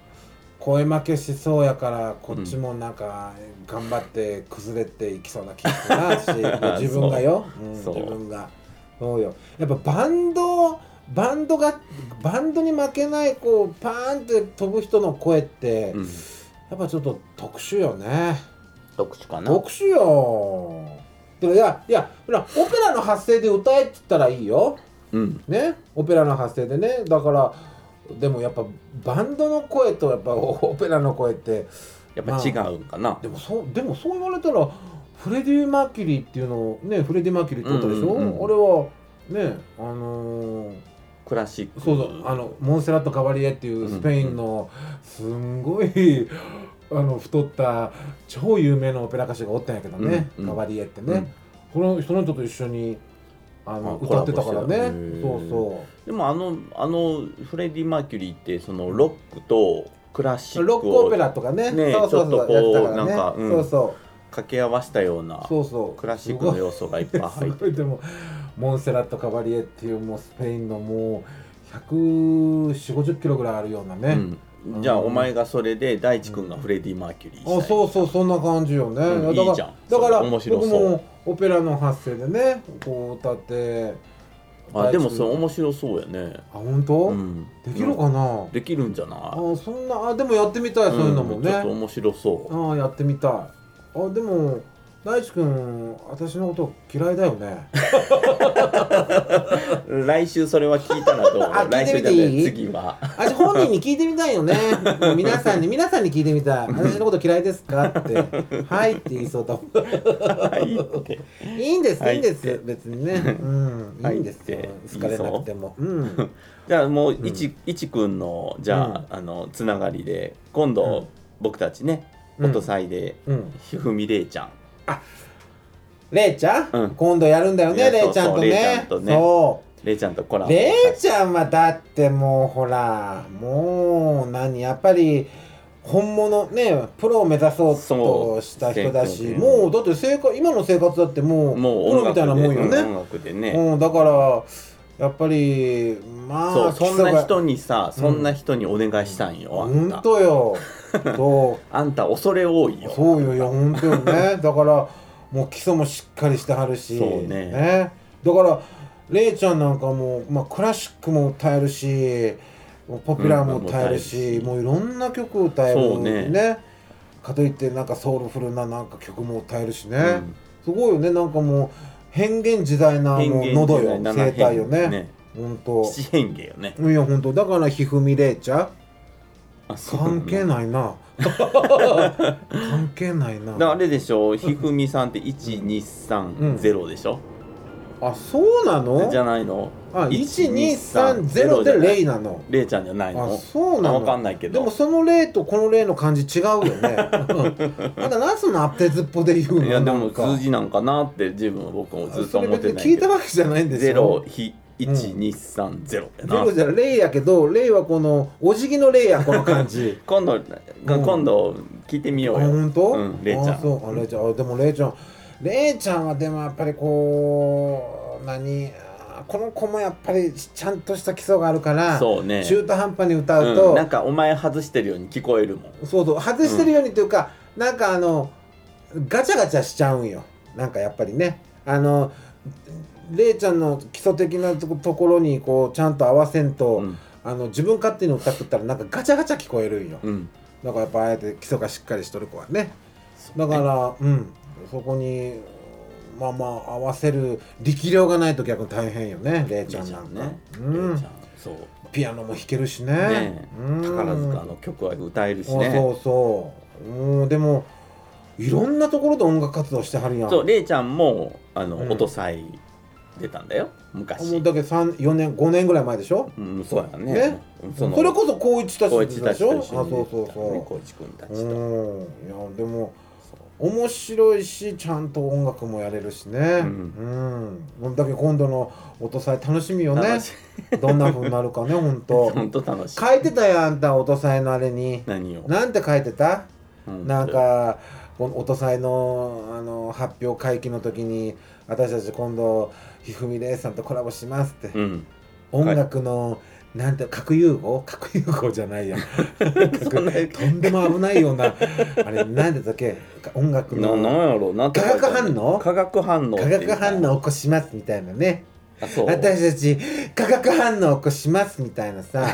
声負けしそうやからこっちもなんか頑張って崩れていきそうな気がするな し
そう
自分がよ、うん自
そう
分がそうよやっぱバンドバンドがバンドに負けないこうパーンって飛ぶ人の声って、
うん
やっぱちょっと特殊よね
特殊かな
特殊よでもいやいやほらオペラの発声で歌えって言ったらいいよ
うん
ねオペラの発声でねだからでもやっぱバンドの声とやっぱオペラの声って
やっぱ違うんかな
でもそうでもそう言われたらフレディ・マーキュリーっていうのをねフレディ・マーキュリーってことでしょ、
うんうんうん
あれはねあのー
クラシック
そうそうあのモンセラット・カバリエっていうスペインのすんごいあの太った超有名なオペラ歌手がおったんやけどね、
うんうん
カバリエってね、このその人と一緒にあの
あ
歌ってたか
コラ
ら
ボしてた
ね
へー
そうそう。
でもあのあのフレディ・マーキュリーってそのロックとクラシック
ロックオ
を
ペラとかね
ね
そうそう
ちょっと
そう
こう
やってたからね
なんかうん
そうそ
掛け合わせたような
うそうそう
クラシックの要素がいっぱい
す
入っ
ごいでもモンセラット・カバリエっていうもうスペインのもう1 4 5 0キロぐらいあるような
て、
ね、
うん、じゃあお前がそれで大地君がフレディ・マーキュリーしたい
あそうそうそんな感じよね、
うん
やだから
いいじゃん
だか
そ
ら
れ面白そ
僕
う
もオペラの発声でねこう歌って
あでもそれ
う
面白そうやね
あ本当、
うん
できるかな、
できるんじゃない
あそんなあでもやってみたいそういうのもね、
んちょっと面白そう
ああやってみたいあでも大地君私のこと嫌いだよね
来週それは聞いたらどう
あ聞
来週
いてみ
じゃ
ていい
ない次は
私本人に聞いてみたい よねもう皆さんに皆さんに聞いてみたい私のこと嫌いですかって「はい」って言いそうだもん
はいって
いいんです
はい
いいんです、別にねうん
はい
いいんですよ
って
好かれなくてもうん
じゃあもういち,、いちくんのじゃあ,、あのつながりで今度、
うん
僕たちね
うん
音祭で、
うん
ひふみれいちゃん
れいちゃん、
うん
今度やるんだよ
いや
ねれいちゃ
そう
んと
そうれいちゃ
ね
ん
そ
とね
う
れいちゃんとコラボ
れいちゃんはだってもうほらもう何やっぱり本物ねプロを目指そう
そ
と
う
した人だし
成功ね
もうだって生活今の生活だってもう
もう
プロ
音
みたいな
楽で
もんよね、
うん音楽でね、
うん、だからやっぱりま
そ
あ
うそんな人
に
にさそんな人にお願いしたんよ、あ
本
んた
当よそ
あんた恐れ多いうよ
そうよいや本当よ ねだからもう基礎もしっかりしてはるし
そうね
だかられいちゃんなんかも、まあ、クラシックも歌えるしもうポピュラーも歌えるし、
うん
もういろんな曲歌える
そうね
かといってなんかソウルフルななんか曲も歌えるしね、
うん
すごいよねなんかもう変幻自在なもう喉よ
変幻自在
声帯よ
七
ね
変ね
本当
七変化よね
いや本当だからひふみれいちゃん
あそうなの
関係な いな関係ないな
だからあれでしょひふみさんって1230でしょ、
あそうなの
じゃないの
あ
1230
1230でレイなの
れいちゃんじゃない
あ
の
そうな
わかん
の
ないけ
で
ど
もそのレイとこのレイの感じ違うよ ねまだなその当てずっぽで言うの
いやで
な
も
んか
数字なんかなって自分は僕もずっと思って
それ
ない
別に聞
け
いた
ど
わけじゃないんです
ゼ
よ
ロひ1230や
ゼロ
な
じゃレイやけどレイはこのお辞儀のレイやこの 感じ
今度、
ん
今度聞いてみ
あ
ようよ
本当？
うんレイちゃん
あそうあレイちゃんあでもレイちゃんレイちゃんはでもやっぱりこう何あーこの子もやっぱりちゃんとした基礎があるから
そうね
中途半端に歌う
う
と、
ん、なんかお前外してるように聞こえるもん
そうそう外してるようにというか、なんかあのガチャガチャしちゃうんよなんかやっぱりねあのレイちゃんの基礎的なとこところにこうちゃんと合わせんと、
うん
あの自分勝手に歌ってたらなんかガチャガチャ聞こえるんよ、
うん
だからやっぱあえて基礎がしっかりしとる子はね
そうね
だからうんそこにまあまあ合わせる力量がないと逆に大変よねレイちゃんなんか
ね、
う
れいち
ん
ゃんそう
ピアノも弾けるしね
ね
うん
宝塚の曲は歌えるし
あ
ね
そうそううんでもいろんなところで音楽活動してはるやん
そうれいちゃんもあの、
うん
音祭出たんだよ昔
もうだけど三四年五年ぐらい前でしょ
うんそうやね
ねそ
の
れこそ高一た
光
ち
一
で
た
し
ちと
ょあ
一緒
そう
に出
そう
たのね
そ
光一君た
う
ちと
うんいやでも面白いしちゃんと音楽もやれるしねうん、だけど今度の音祭楽しみよね
楽しい
どんな風になるかねほんと
本当 楽しい
書いてたやんあんた音祭のあれに
何を
なんて書いてた
うん
なんかこの音祭のあの発表会期の時に私たち今度ひふみれいさんとコラボしますって、
うん
音楽の、なんて核融合核融合じゃないや
そんな
とんでも危ないようなあれ何でだっけ音楽
ななん
の
やろうな
化学反応
化学反応って
化
いう
学
か
反応起こしますみたいなね
あそう
私たち化学反応起こしますみたい なさ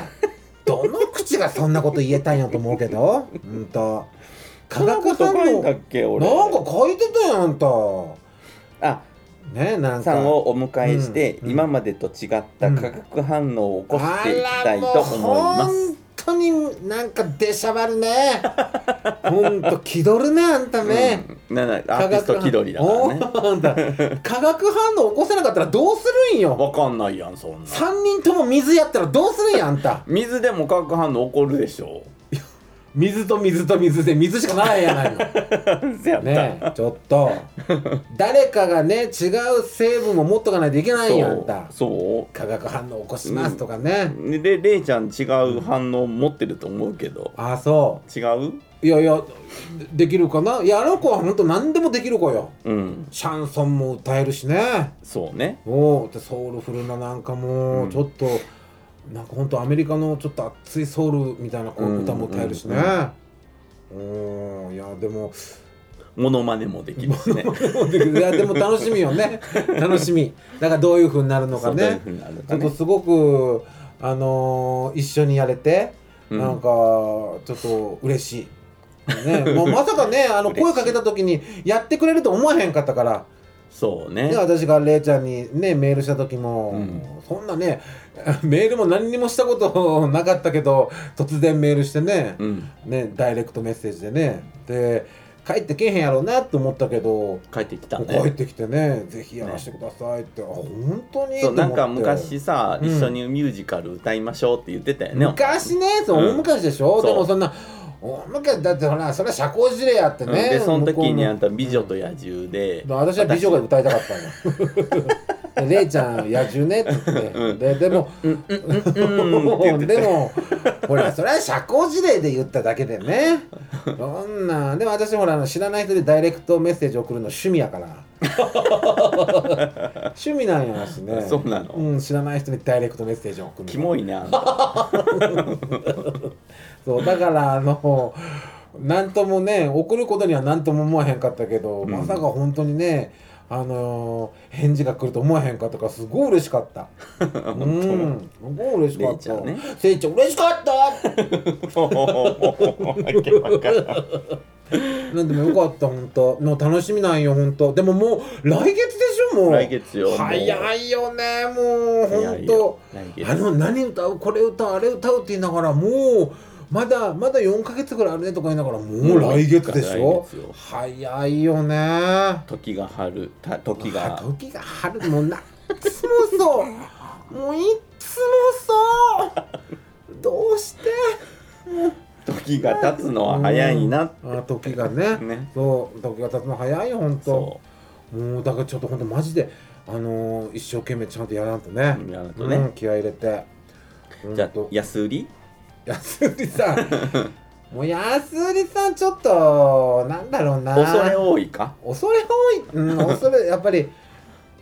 どの口がそんなこと言えたんやと思うけどうんと化
化学
学反
反応
応
だっけ俺
なんか書いてたやんあんた
あ
ねなん
さ
か
んをお迎えして、
うん
今までと違った化学反応を起こしていきたいと思い
あら
ま
もう
す。
本当になんか出しゃば るねほんと気取るねあんたね、
うん、なんだアーティスト気取りだからね。
おーあんた化学反応起こせなかったらどうするんよ
わかんないやんそんな。
3人とも水やったらどうするんやあんた
水でも化学反応起こるでしょ。
水と水と水で水しかならへんやないの
せやった。
ねえちょっと誰かがね違う成分を持っとかないといけないんやあんた
そう。
化学反応起こしますとかね、
そうでれいちゃん違う反応持ってると思うけど。
ああそ
違う？
ういやいやでできるかないやあの子はほんと何でもできる子よ
うん。
シャンソンも歌えるしね
そうね。
おおソウルフルななんかも
うん
うちょっと、なんかほんとアメリカのちょっと熱いソウルみたいなこ
うん
う歌も歌えるしねうんいやでも
モノマネもできるしね。
いやでも楽しみよね楽しみだからどういう風になるの
そ
か
うどういう
ね
ふうになるの
ち
か
ょっと
ね。
すごくあのー一緒にやれて、
うん
なんかちょっと嬉しい。ね、もうまさか ねあの
嬉しい
声かけた時にやってくれると思わへんかったから、
そう
ね、
ね。
私がれいちゃんにねメールした時も、
うん
そんなね メールも何にもしたことなかったけど突然メールしてね,、
うん。
ねダイレクトメッセージでねで帰ってけえへんやろうなと思ったけど
帰ってきたね。
帰ってきてねぜひやらせてくださいって、あ本当に
そう
と
な
思って
んか昔さ、
うん
一緒にミュージカル歌いましょうって言ってたよね
昔ねそう
うん
大昔でしょ、
そう
でもそんな大昔だってほらそれは社交辞令やって
うん
ね、
でその時にあん
向こ
た「美女と野獣で」
うも私は美女が歌いたかった のレイちゃん野獣ね」っつって、ででも、でもほらそれは社交辞令で言っただけでねそんなでも私ほらあの知らない人でダイレクトメッセージ送るの趣味やから 趣味なんやしね
そうなの
うん、知らない人にダイレクトメッセージ送るの
キモい ねあんた
そうだからあのなんともね送ることには何とも思わへんかったけど、
うん
まさか本当にねあのー返事が来ると思わへんかったからすごい嬉しかった。う
本当の
ん、すごい嬉しか
レイ
っ
ちゃ
た。
んね
せいちゃん嬉しかった。
わけわからん
なんでもよかった本当。の楽しみなんよ本当。でももう来月でしょもう。
来月よもう
早いよねもう
早
本
い
当
よ。来月
あの何歌うこれ歌うあれ歌うって言いながらもうまだまだ4か月ぐらいあるねとか言いながらもう来月でし
もう来月
ょ
よ
早いよね
時が春た時
あ
が
時が春もうないつも そうもういつもそうどうして
時が経つのは早いな
あ時がね
ね
そう時が経つの早いよ本当
そ
もうだからちょっと本当マジであのー一生懸命ちゃんとやらんとね
うやるとね、
うん気合い入れて
じゃあ
ほんと
安売り
安売さ んもう安売さんちょっとなんだろうな
恐れ多いか
恐れ多い、うん、恐れ やっぱり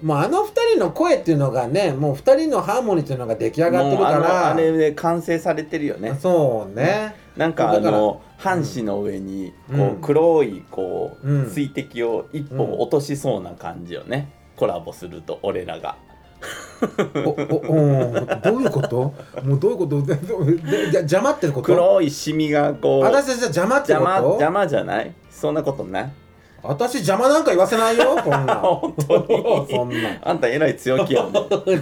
もうあの二人の声っていうのがねもう二人のハーモニーっていうのが出来上がっ
も
て
う
るか
あの
ら
あれで完成されてるよね
そうね、
なんかあ
だから
の半紙の上に
うん
こう黒いこ
う
うん水滴を一本落としそうな感じよねコラボすると俺らが
おおおどういうこともうどういうことででじゃ邪魔ってること
黒いシミがこう
私たちは邪魔って
邪魔
こ
邪
と
魔じゃないそんなことない
私邪魔なんか言わせな いよこんな
本当に
そんな
あんたえらい強気やね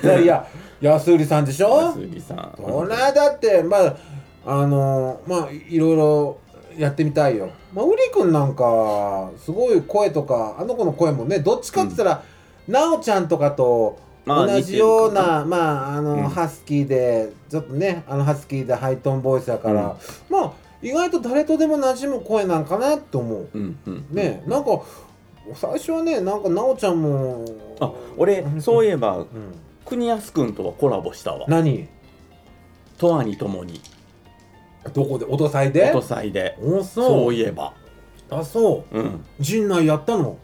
いやいや安売さんでしょ
安売さん
それはだってまああのまあいろいろやってみたいよ。まあ、ウリ君なんかすごい声とかあの子の声もねどっちかって言ったら、なおちゃんとかと
まあ
同じよう
似てるか
な、まああの、
うん
ハスキーでちょっとねあのハスキーでハイトーンボイスだから、まあ意外と誰とでも馴染む声なんかなと思う。
うんうん
ね、なんか最初はねなんかなおちゃんも
あ俺そういえば
うん、
国安くんとはコラボしたわ
何
「とわにともに」
どこでおとさい
「お
で
とさいで」
おそう
そういえば
あそう
うん
陣内やった の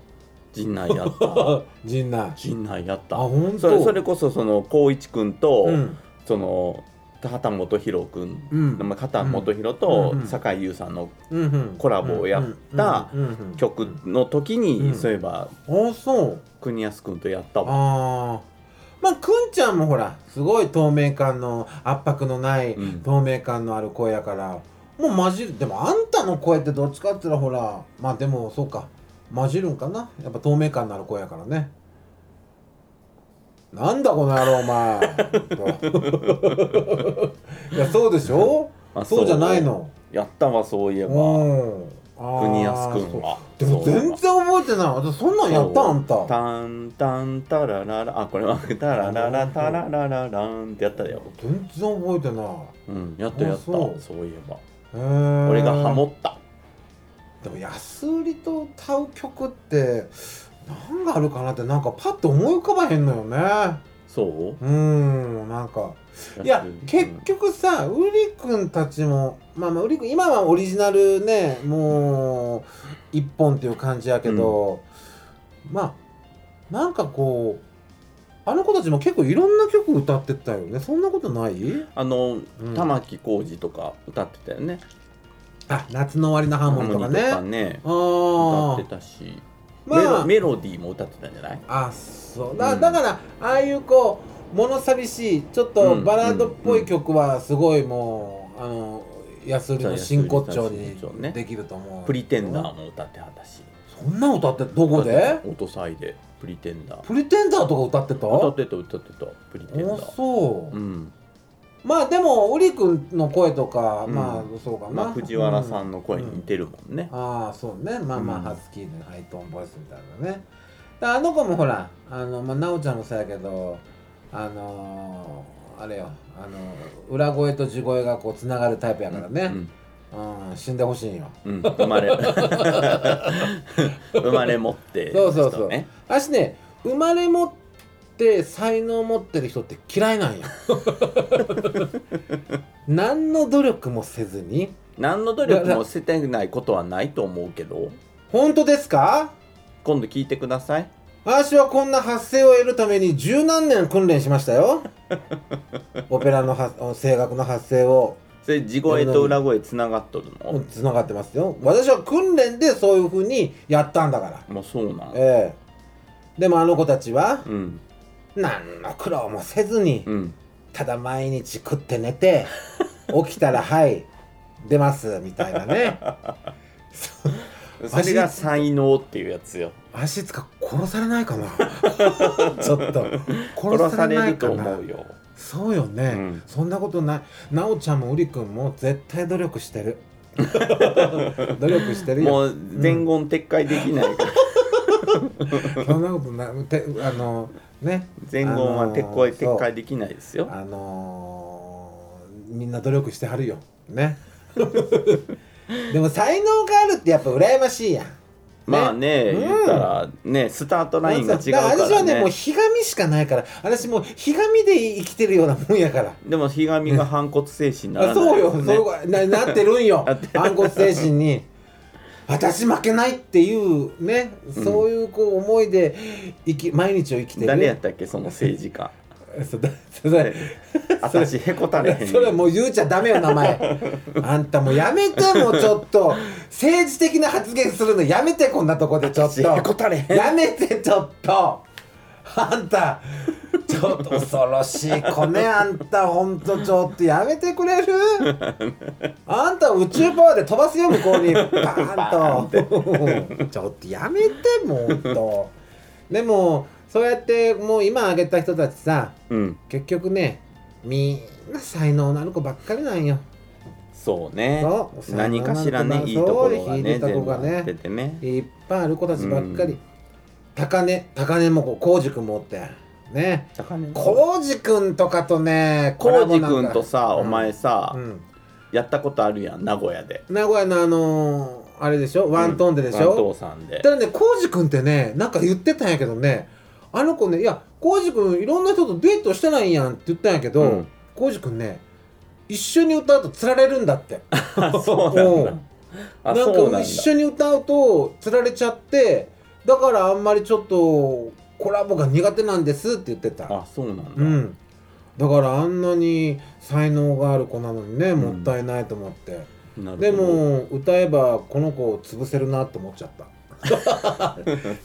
陣内やった
陣内
陣内やった
あ本当
それそれこそその光一くんと、
うん
その畑本博くん、
うん
まあ、畑本博と
うん
酒井優さんの
うんうん
コラボをやった
うんうんうんうん
曲の時に、
うん
そういえば
あそう
国安くんとやったわ、
あーまあくんちゃんもほらすごい透明感の圧迫のない
うん
透明感のある声やからもう混じるでもあんたの声ってどっちかって言ったらほらまあでもそうか混じるんかなやっぱ透明感のある声やからねなんだこの野郎お前 いやそうでしょ
あ
そうじゃないの
やったわそういえば
うん
国安くん
あ
は
ーそうでも
そういえば
全然覚えてない私そんなんやったあん
そう
た
タンタンタラララあこれは タラララタラララランってやったよ
全然覚えてない
うんやったやった
あそ
そうういえば
へー
俺がハモった
でも安売りと歌う曲って何があるかなってなんかパッと思い浮かばへんのよね
そう
うーんなんかいや結局さウリ君たちもまあまあウリ君今はオリジナルねもう一本っていう感じやけど、まあなんかこうあの子たちも結構いろんな曲歌ってたよねそんなことない
あの
うん
玉置浩二とか歌ってたよね
あ夏の終わりのハーモニーとかね
ハーモニーとかね歌
あ
って
ー
たしメ
ま
ロ
あ
メロディーも歌ってたんじゃない
あそうだ,、
うん
だからああいうこう物寂しいちょっと
うん
バラードっぽい曲はすごいもう、あの安売りの真骨頂に
そう安売りの真骨頂ね
できると思う
プリテンダーも歌ってはったし
そんな歌ってどこで
音祭でプリテンダー
プリテンダーとか歌ってた
歌
あ
ってた歌ってたプリテンダー
そう、
うん
まあでもウリ君の声とか、
うん
まあそうかな、
まあ藤原さ
うん
の声に似てるもんね
ああそうねまあまあ、
うん
ハスキーのハイトーンボイスみたいなねだからあの子もほらあの、まあ、なおちゃんもそうやけどあのーあれよあの裏声と地声がこうつながるタイプやから
う
ね
ん
うん、死んでほしいんよ
うん生まれ 生まれ持って
そうそうそう
ね
私ね生まれ持っって才能持ってる人って嫌 いなんや何の努力もせずに
何の努力も捨ててないことはないと思うけど
本当ですか
今度聞いてください
私はこんな発声を得るために十何年訓練しまし たよオペラの発声楽の発声を
それ地声と裏声つながっとるの
つながってますよ私は訓練でそういうふうにやったんだから
もうそうなん
ええでもあの子たちは
うん
何の苦労もせずに、
うん
ただ毎日食って 寝て起きたらはい出ますみたいなねそう
それが才能っていうやつよ
足つか殺されな いかなちょっと
殺
殺
さ
されな
れ
い
ると
かな
思うよ
そうよね、
うん
そんなことない奈緒ちゃんもうりくんも絶対努力して る努力してるよ
もう伝言撤回できないから、
そんなことないてあのね
伝言は撤回
あのー
撤回できないですよ
あのーみんな努力してはるよね でも才能があるってやっぱ羨ましいやん
まあね、
うん
言ったらねスタートラインが違うか
だから私
ら
はねもう
ね
ひがみしかないから私もうひがみで生きてるようなもんやから
でもひがみが反骨精神にならな
あ
い
そうよ、
ね
そうななってるんよ
なって
反骨精神に私負けないっていうね、
うん
そういうこう思いで生き毎日を生きてる
誰やったっけその政治家
そうだ それ
私へこたれへん
それもう言うちゃダメよ名 前あんたもうやめてもうちょっと政治的な発言するのやめてこんなとこでちょっ
私
と
へこたれへん
やめてちょっとあんたちょっと恐ろしい子ねあんたほんとちょっとやめてくれるあんた宇宙パワーで飛ばすよ向こうにパーンとちょっとやめてもうほんとでもそうやってもう今挙げた人たちさ
うん
結局ねみんな才能のある子ばっかりなんよ
そうね
そう
何かしらね
そう
いいところが
い
ね
いと
全
こ
部
がね
あっててね
いっぱいある子たちばっかり、
うん
高根高根もこう浩司君もおってね
高根
浩司君とかとねコラ
浩
ボ
司
なん
君
か
とさ、
うん
お前さ、
うん、
やったことあるやん名古屋で
名古屋のあのーあれでしょワントーンででし
ワント
ょ、
ーさんで
ただね浩司君ってねなんか言ってたんやけどねあの子ねいや浩司君いろんな人とデートしてないやんって言ったんやけ
う
ど
ん
浩司君ね一緒に歌うとつられるんだって
あそう
う
なん
ん
だあ
な
そ
ん
うなん
か
だ
一緒に歌うとつられちゃってだからあんまりちょっとコラボが苦手なんですって言ってた
あそうなんだ、
うんだからあんなに才能がある子なのにねもったいないと思って、
なるほど
でも歌えばこの子を潰せるなと思っちゃった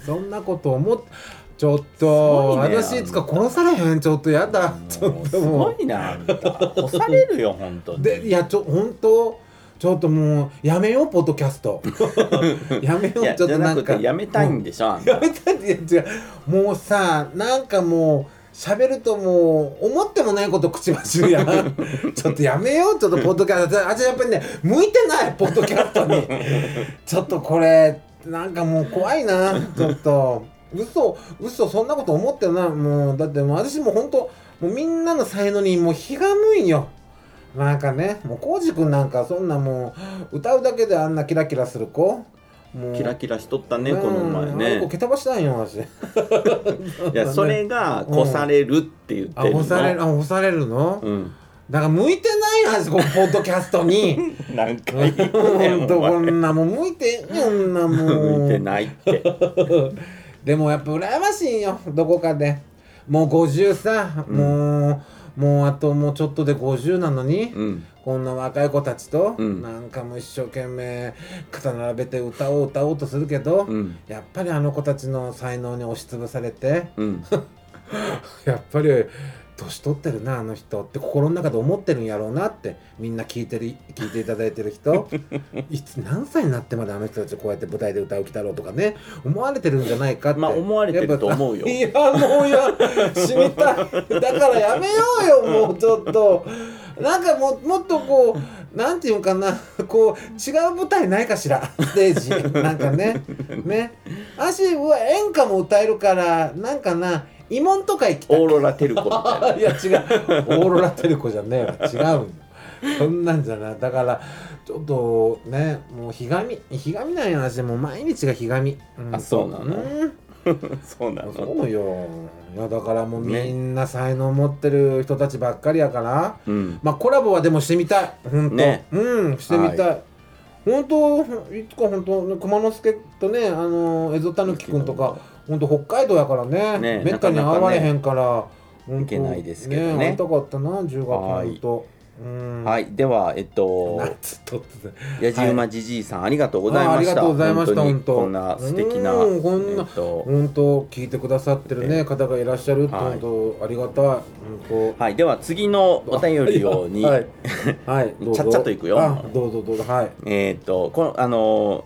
そんなこと思ってちょっと、
すごいね
私いつか殺されへんちょっとやだちょ
もう
っ
す
ともう
ごいなあんた干されるよ本当に
でいやちょ本当ちょっともうやめようポッドキャス トやめよう
いや
ちょっ
じ
と
ゃ
な
なんく
か
てやめたいんでしょ、あん
や
た
めたいっていや違うもうさなんかもう喋るともう思ってもないこと口走るやん ちょっとやめようちょっとポッドキャストあじゃあやっぱりね向いてないポッドキャストに ちょっとこれなんかもう怖いなちょっと嘘嘘そんなこと思ってないもうだってもう私もう本当もうみんなの才能にもうひがむんよなんかねもう浩司君なんかそんなもう歌うだけであんなキラキラする子もう
キラキラしとったねこの前
うんあの
ね
子蹴飛ばしたんよ私。
いやそれが越されるって言って
あ
るの、
干されるあ干されるの？
うん
だから向いてないはずこのポッドキャス トに。
何回言うねん
本当
お
こ
前
んなもう向いてこんなも
向いて
う。
ないって
でもやっぱ羨ましいよどこかで。もう50さ、
うん
もうもうあともうちょっとで50なのに。
うん
こんな若い子たちと、
うん
なんかもう一生懸命肩並べて歌おう歌おうとするけど、
うん
やっぱりあの子たちの才能に押しつぶされて
うん
やっぱり年取ってるなあの人って心の中で思ってるんやろうなってみんな聞いてる聞いていただいて る人いつ何歳になってまであの人たちこうやって舞台で歌う気だろうとかね思われてるんじゃないかって
まあ思われてると思うよ
やっぱいやもういや死にたいだからやめようよもうちょっとなんかももっとこうなんていうんかなこう違う舞台ないかしらステージなんかねね足は演歌も歌えるからなんかな慰問とか行きたい
オーロラテルコみたいない
や違うオーロラテルコじゃねえわ違うんよそんなんじゃないだからちょっとねもうひがみひがみなんや私もう毎日がひがみ、ん
あそうなの
うん
そうなの
そうよいやだからもうみんな才能持ってる人たちばっかりやから、
うん
まあコラボはでもしてみたい本当、
ね
うんしてみたい、
は
本当いつか本当熊之助とねあのエゾタヌキ君とか本当北海道やからね
ね
めったに
なかな
会
か
わ
ね
れへんから本当
いけないですけどね
会いたかったな10月
はい
本当うん
はいいではえっと
なんつっとってた
やじ馬じじいさん、ありがとうございました
あありがとうございました
本当にこん
本
な
当
素敵な
うんこん
え
な
っと
本当聞いてくださってるね方がいらっしゃるって
はい
本当ありがたい本当
はい、では次のお便りをに、
はい、はい、どうぞ
ちゃっちゃと行くよ
あどうぞどうぞはい
えーっとこのあのー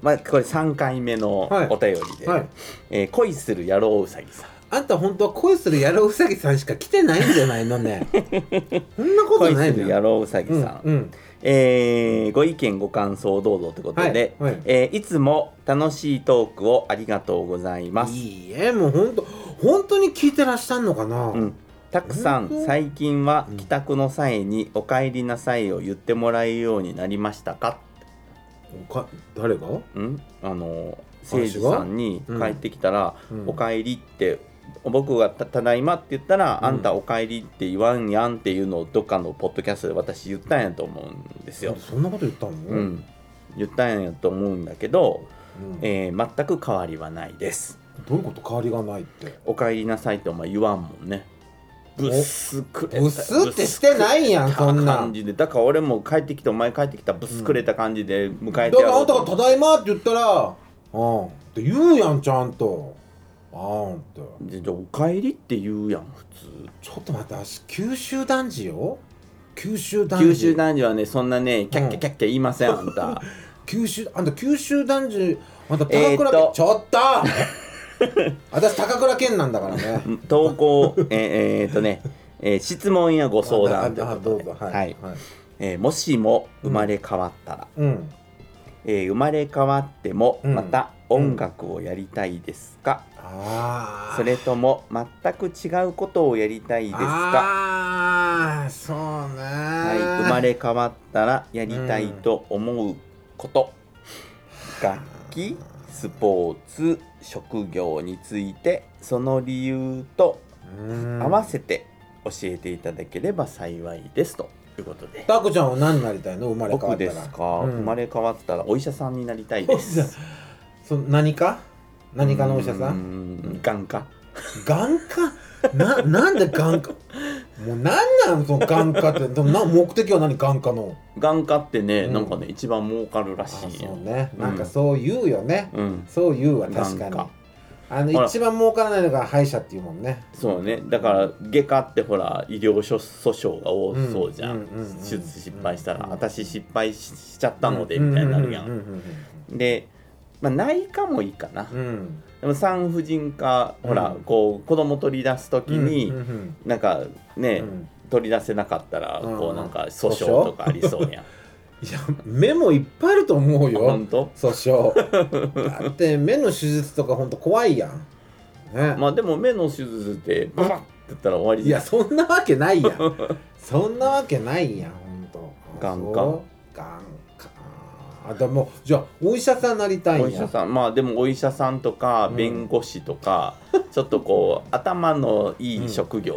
まあこれ三回目の
はい
お便りで、
はい
えー恋する野郎うさぎさん
あんた本当は恋する野郎うさぎさんしか来てないんじゃない のねそんなこと
恋
な
す
い
る
の
野
よ
郎うさぎ
う
さ
ん
ん、
うん
えーご意見ご感想どうぞということで、
はいはい
えーいつも楽しいトークをありがとうございます
いいえもう本当本当に聞いてらっしゃるのかな、
うん、たくさ
本
ん
当
最近は
うん
帰宅の際に「お帰りなさい」を言ってもらえるようになりましたか、
か誰が、
うん、あの
私
誠
は
司さんに
うん
帰ってきたら「
うん
おかえり」って僕がた「ただいま」って言ったら「
うん
あんたおかえり」って言わんやんっていうのをどっかのポッドキャストで私言ったんやと思うんですよ。
そんなこと言ったの、
う、ん、言ったんやと思うんだけど、
うん
えー全く変わりはないです。
どういうこと変わりがないって
お帰りなさいってお前言わんもんねぶっすくれた
ぶっすってしてないやん
ぶっすくれた
そんなん
感じでだから俺も帰ってきてお前帰ってきたぶっすくれた感じで迎え
だ
て
か
や
ら
ろ
あ
うん
た
と
が「ただいま」って言ったら「うん」って言うやんちゃんと「あん」って
でじゃあお帰りって言うやん普
ちょっと待って私九州男児よ九州
通
男児
九州男児はねそんなねキャッキャキャッキャ言いません、あんた
九州あんた九州男児あんた高倉
えーっと
健、ちょっと 私高倉健なんだか らね
投稿えー、えーっとね、えー質問やご相談と
あああ
いう
ど
こ
う
と
ぞ
で
はい、
はいえーもしも生まれ変わったら、
うん
えー生まれ変わっても
うん
また音楽をやりたいですか、
ああ
それとも全く違うことをやりたいですか。
ああそうね
はい、生まれ変わったらやりたいと思うこと、楽器、スポーツ、職業についてその理由と合わせて教えていただければ幸いですということで。
タコちゃんは何になりたいの生まれ変わ
僕
った
で
ら
すか、
うん
生まれ変わったらお医者さんになりたいです。
その何か何かのお医者さ
うんん眼科。
眼科ななんで眼科もうなんなんその眼科ってでもな目的は何眼科の
眼科ってね、
うん
なんかね一番儲かるら
あ
しい
そ
よ
う。ね
うん
なんかそう言うよね、
うん。
そう言うわ確か
眼
に
科
あ
ほ
の
ら
一番儲からないのが歯医者っていうもんね
そうねだから外科ってほら医療所訴訟が多そうじゃん,、
うんうんうんうん
手術失敗したら、
うん
私失敗ししちゃったのでみたいになるやん,、
うん
で、まあ、内科もいいかな、
うんうんうん
でも産婦人科ほら、
うん
こう子供取り出す時
うん
に、
うんうん
なんかね、
うん
取り出せなかったら、
うん
こうなんか訴訟とかありそうやん
いや目もいっぱいあると思うよ
本当
訴 訟だって目の手術とかほんと怖いやんね、
まあでも目の手術ってババッって言ったら終わり
い
じゃ
や
ん
そんなわけないやん そんなわけないやんほんと
眼科
そう眼科あでもじゃあお医者さんなりたいんや
お医者さんまあでもお医者さんとか
うん
弁護士とか、ちょっと こう頭のいい職業、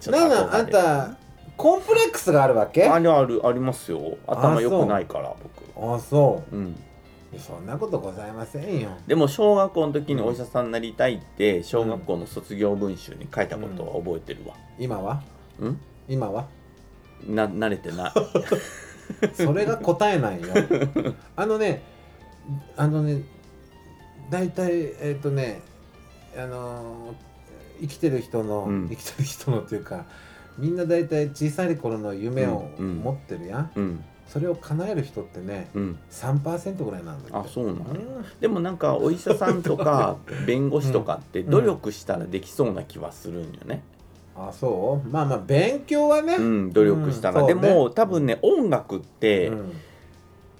ちょっと
なん
憧れ
なんあんたコンプレックスがあるわけ
あ
あ
るあるありますよ頭
あ
良
そう
くないから僕
そ
うん
うそんなことございませんよ
でも小学校の時にお医者さんになりたいって小学校の卒業文集に書いたことは覚えてるわ
今は
うん、
今は
な慣れて ない
それが答 えないよあのねあのね大体えっ、とねあのー生きてる人の、
うん
生きてる人のっていうかみんな大体小さい頃の夢を
うんうん
持ってるやん、
うん
それを叶える人ってね
うん
3%ぐらいなんだって
あそうな
うん
のでもなんかお医者さんと か弁護士とかって努力したらできそうな気はするんよね
あそうまあまあ勉強はね、
う
うん
ん努力したら、
うん
で
そうね
も多分ね音楽って、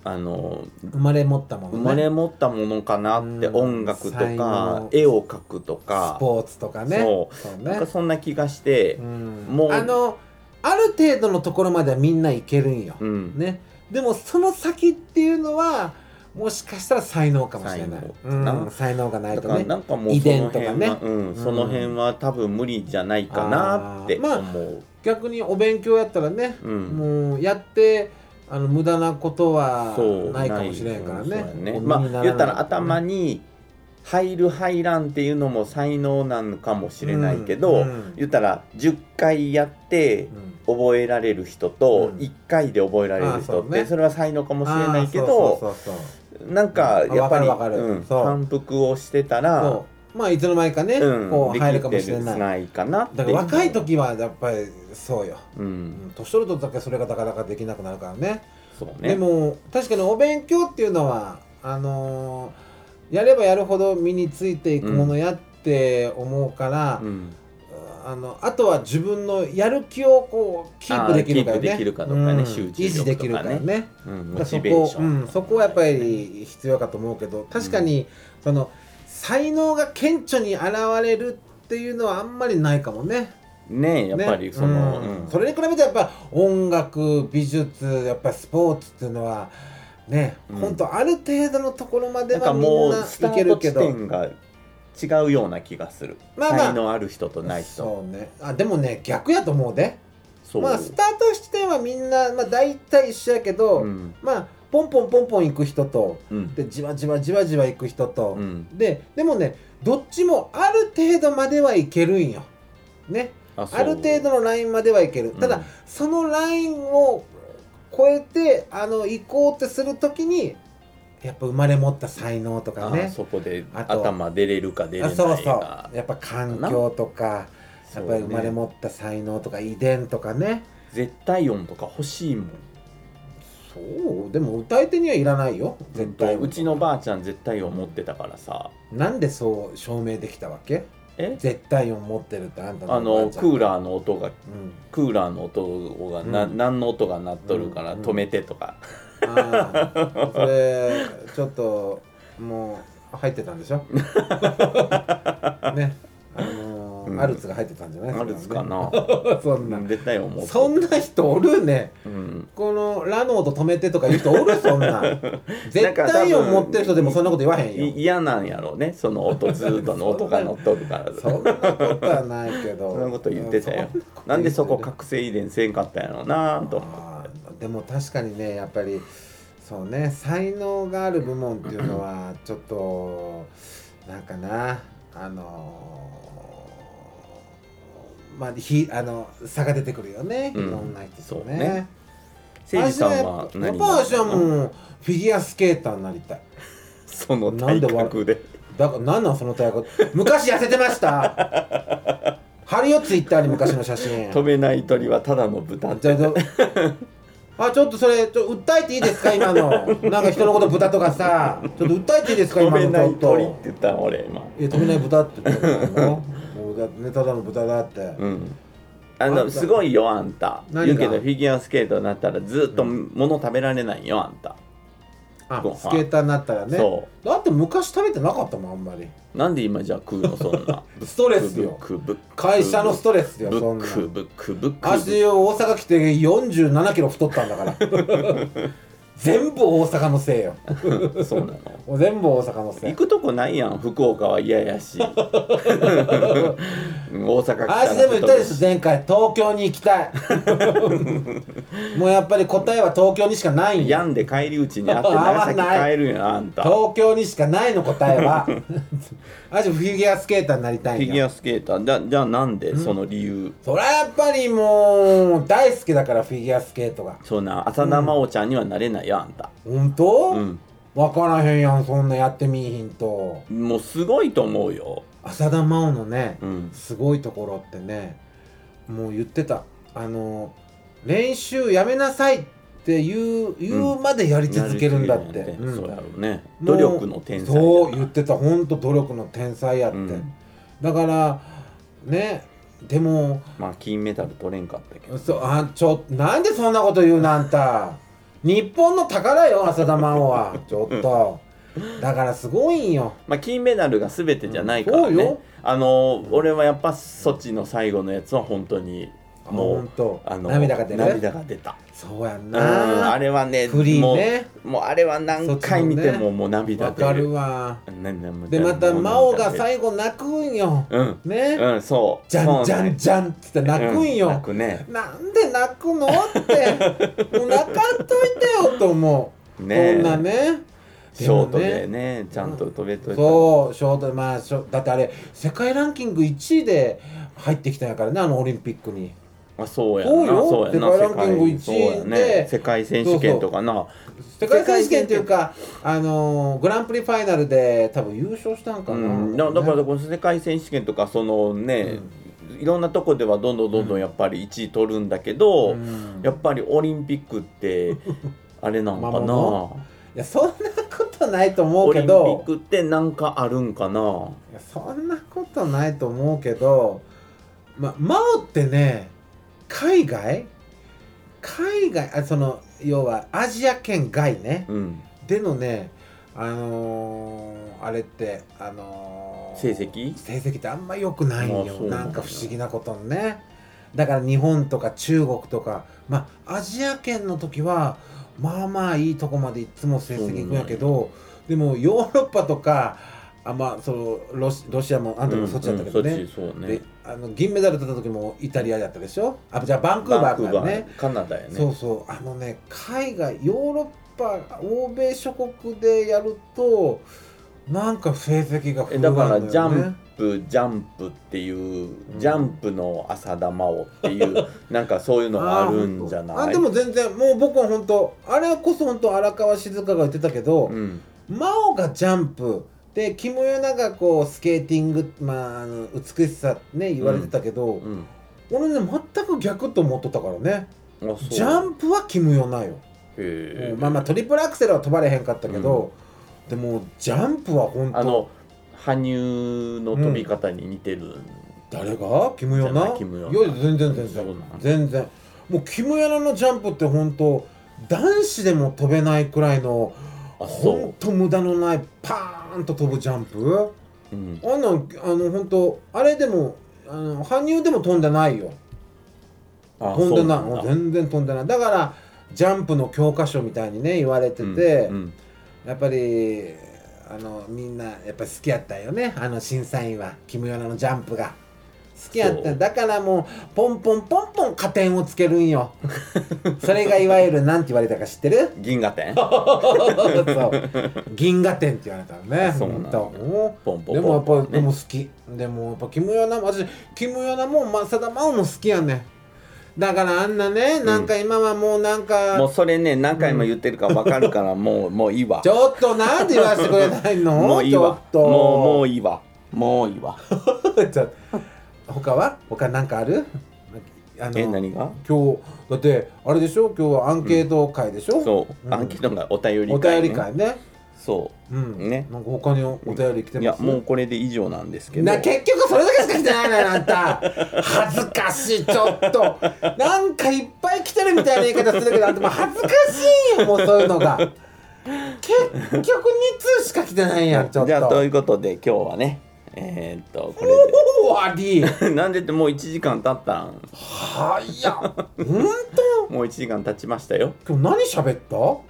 あの
生まれ持ったもの、ね、
生まれ持ったものかなって、
うん
音楽と
才
か
能
絵を描くとか
スポーツとかね
そう
そう
なん
ね
かそんな気がして
う、ん
もう
あのある程度のところまではみんな行けるんよ、
うん
ね、でもその先っていうのはもしかしたら才能かもしれない
才
う
能
ん才能がない
だ
と
から
ね
なんかもう
遺
その
伝
辺
と
は、
かね
うん、その辺は多分無理じゃないかなって
あー
思
まあ
う、
逆にお勉強やったらね、
うん
もうやってあの無駄なことは
そう
ないかもしれんから
そう
ね
やね
お身にな
ま
らない
あ言ったら頭に入る入らんっていうのも才能なのかもしれないけど、
うんうん
言ったら10回やって
うん
覚えられる人と
うん
1回で覚えられる
あーそ
人
う
っ
ね
てそれは才能かもしれないけ
あー
ど
そうそうそうそう
なんかやっぱり
わかるわかる
うん
そう
反復をしてたら
そ。うまあいつの間にかね、
うん
こう入る
で
か
き
も
て
しれない
ないかなって
だから若い、時はやっぱりそうよ
う、
うんん年取るとだけそれがなかなかできなくなるからね
そうね
でも確かにお勉強っていうのはあのーやればやるほど身についていくものやって思うから、
うん、
あのあとは自分のやる気をこうキープできるかよね
あーキープできるかどうかね
うん
集中
維持でき
力
る
と
か
かね
らね
うん、モ
だからそ
チ
こ
ベーショ
う
ン、
ん、そこはやっぱり必要かと思うけど確かにその才能が顕著に現れるっていうのはあんまりないかもね。
ねやっぱ
ね
りその、
うん
うん
それに比べてやっぱ音楽美術やっぱスポーツっていうのはね、
うん
ほんとある程度のところまで
なん
は
か
み
も
ん
う
な
スタ
いけ
ー
る
ト
け
地
ど
点が違うような気がする、
まあまあ
才能ある人とない人そう
そうねあでもね逆やと思うで、
そう、
まあスタート地点はみんな、まあ、大体一緒やけど、
うん
まあポンポンポンポン行く人と
うん
でじわじわじわじわ行く人と、
うん
ででもねどっちもある程度まではいけるんよ。ね、
あ
ある程度のラインまではいける、た
う
だ
ん
そのラインを超えてあの行こうってするときにやっぱ生まれ持った才能とか
あ
ね
そこで
あと
頭出れるか出れ
あ
ない
そうそう
か
やっぱ環境とかやっぱり生まれ
そうね
持った才能とか遺伝とかね
絶対音とか欲しいもん
そうでも歌い手にはいらないよ絶対
うちのばあちゃん絶対音持ってたからさ
なんでそう証明できたわけ
え
絶対音持ってるってあんた
あ
おば
の
あちゃ
ク
ん
ーラーの音が
うん
クーラーの音がな、
うん
何の音が鳴っとるから
うん
止めてとか、
ああそれちょっともう入ってたんでしょねあのー
うん
アルツが入ってたんじゃない
あるつかな、
そんな、
絶対思う
そんな人おるね
うん
このラノーと止めてとか言う人おるそんな絶対音持ってる人でもそんなこと言わへん
い
よ
嫌なんやろうねその音ずーっとの音が乗っとるから
そんなことはないけど
そんなこと言ってたよ
うそ
なんでそこ
言ってる
覚醒遺伝せんかったんやろうなと
あーでも確かにねやっぱりそうね才能がある部門っていうのはちょっとなんかなあのーまあひあの差が出てくるよねい
うん
ろんな人と
そうね
ね。
誠治さんは
私やっ
何
ぱ私は
う
もうフィギュアスケーターになりたい
その
なん
体
で
格で
だから何なんその体格昔痩せてました貼るよツイッターに昔の写真
飛べない鳥はただの豚
じゃあ どあちょっとそれちょ訴えていいですか今のなんか人のこと豚とかさちょっと訴えていいですか
飛
今
べ
の
な
ちょ
い
っと
鳥って言ったん俺今
いや飛べない豚って言ってるのもうだねただの豚だって、
うんあ
あん
の
た
すごいよあんた
何が
言うけどフィギュアスケートになったらずーっと物食べられないよあんた、
あ
ご飯
スケーターになったらね
そ
だって昔食べてなかったもんあんまり
うなんで今じゃあ食うのそんな
ストレスよ
ブックブック
会社のストレスよ
ブ
そん
ッ
な
クブックブック
足大阪来て4 7キロ太ったん だから全部大阪のせいよ
そうなの
もう全部大阪のせい
行くとこないやん福岡は嫌や しうん大阪来たら
あしでも言ったでしょ前回東京に行き たいもうやっぱり答えは東京にしかないんや
病んで帰り討ちにあって
合わない
長崎帰るんやあんたフ
東京にしかないの答 えはあじゃフィギュアスケーターになりたい
ィギ
ん
ュ
や
アスケーターじゃじゃあなんでその理由
そりゃやっぱりもう大好きだからフィギュアスケートが
そうなん浅田真央ちゃんにはなれないよあんた
本当、
うん
分からへんやんそんなやってみいひんと
もうすごいと思うよ
浅田真央のね、
うん
すごいところってねもう言ってたあの練習やめなさいって言う言うまでやり続けるんだって、
なり続けるんだ
うん
そうやろうね努
もう
力の天才だ
そう言ってた本当努力の天才やって、
うん
だからねでも
まあ金メダル取れんかったけど
そうあちょなんでそんなこと言うのあんた日本の宝よ浅田真央はちょっとだからすごいんよ
まあ、金メダルが全てじゃないから
うんそうよ
ね、あの俺はやっぱソチの最後のやつは本当にもう
ほんと
あの
涙が出る
涙が出た
そうやん
うんあ
な
れはね
フリーね
もうもうあれは何回見て
そっちの
ももう涙
わ
出
かる
る
わ
なな
でまた
もう
真央が
涙出る
最後泣くんよ
うん
ね
うんそう
じゃんじゃん
ん
じゃんっつって泣くんよ
泣くね
なんで泣く のってもう泣かんといてよと思う
ね
こんなね
ショートでねちゃんと飛べといた
そうショートでまあショだってあれ世界ランキング1位で入ってきたんやからねあのオリンピックに
あそうや
そう
な
よ
そうやな
世界ランキング一位
そうやね
で
世界選手権とかな
世界選手権というかあのーグランプリファイナルで多分優勝したんか
う
な、
ん、だだからこの世界選手権とかそのね、いろんなとこではどんどんどんどんやっぱり1位取るんだけど、
うん
やっぱりオリンピックって あれなんか
魔
な
物いやそんなことないと思
オ
う
リ
け
ンピッ
ど
クってなんかあるんかない
やそんなことないと思うけどま真央ってね海外海外あその要はアジア圏外ね
うん
でのねあのーあれってあのー
成績
成績ってあんま良くないんよ
まあそうなんだ
なんか不思議なことにねだから日本とか中国とかまあアジア圏の時はまあまあいいとこまでいつも成績いくんやけどでもヨーロッパとかあまあそのロシロシアもあんたもそっちだったけどね,、
うんうんそっちそうね
であの銀メダル取った時もイタリアだったでしょあじゃあバンクーバーからね
カナダやね
そうそうあのね海外ヨーロッパ欧米諸国でやるとなんか成績が
え
振る
だか
わ
ら
んのよね
ジャンプジャンプっていう、ジャンプの浅田真央っていう なんかそういうのがあるんじゃない
あでも全然もう僕は本当あれこそ本当荒川静香が言ってたけど、
うん
真央がジャンプでキム・ヨナがこうスケーティング、まあ、あの美しさね言われてたけど、
うん
俺ね全く逆と思っとったからね
あそう
ジャンプはキム・ヨナよ、
へえ
まあまあトリプルアクセルは飛ばれへんかったけど、でもジャンプは本
あ
当
の羽生の飛び方に似てる、
誰がキム・ヨ
じゃ
ナ
ないキムヨナ
いや全然全
そうな
然
の
全然もうキム・ヨナのジャンプって本当男子でも飛べないくらいの
あ
ほ
そ
んと無駄のないパーンと飛ぶジャンプ
う、うん、
あんなんあの本当あれでもあの羽生でも飛んでないよ
あ
飛んでない
そう
も
なだ
うん全然飛んでないだからジャンプの教科書みたいにね言われてて、
うんうん
やっぱりあのみんなやっぱり好きやったよねあの審査員はキム・ヨナのジャンプが好きやっ
そ
た
う
だからもうポンポンポンポン加点をつける んよそれがいわゆるなんて言われたか知ってる
銀河点
そう銀河点って言われたのね
そうなんだ
ほともう
ポンポンポン
でもやっぱり、
ね
でも好きでもやっぱキム・ヨナも私キム・ヨナもまあさだまおも好きやねだからあんなねなんか今はもうなんか、
もうそれね何回も言ってるから分かるから、も うもういいわ
ちょっとなんで言わせてくれないの
もういい
ち
わ
ょっと
もう もういいわもういいわ
じゃあ他は他なんかあるあの
え何が
今日だってあれでしょ今日はアンケート会でしょ、
そう、
うん
アンケートがお便り
お
会、ね、
便り会ね
そ
うん
ね
なんか他にお便り来て
う
ます
いやもうこれで以上なんですけど
な結局それだけしか来てないのよあんた恥ずかしいちょっとなんかいっぱい来てるみたいな言い方するけどあんたもう恥ずかしいよもうそういうのが結局2通しか来てないやんちょっと
じゃあということで今日はねえーっとこ
終わり
れ でなんでってもう1時間経ったん
はや本当
もう1時間経ちましたよ
今日何喋った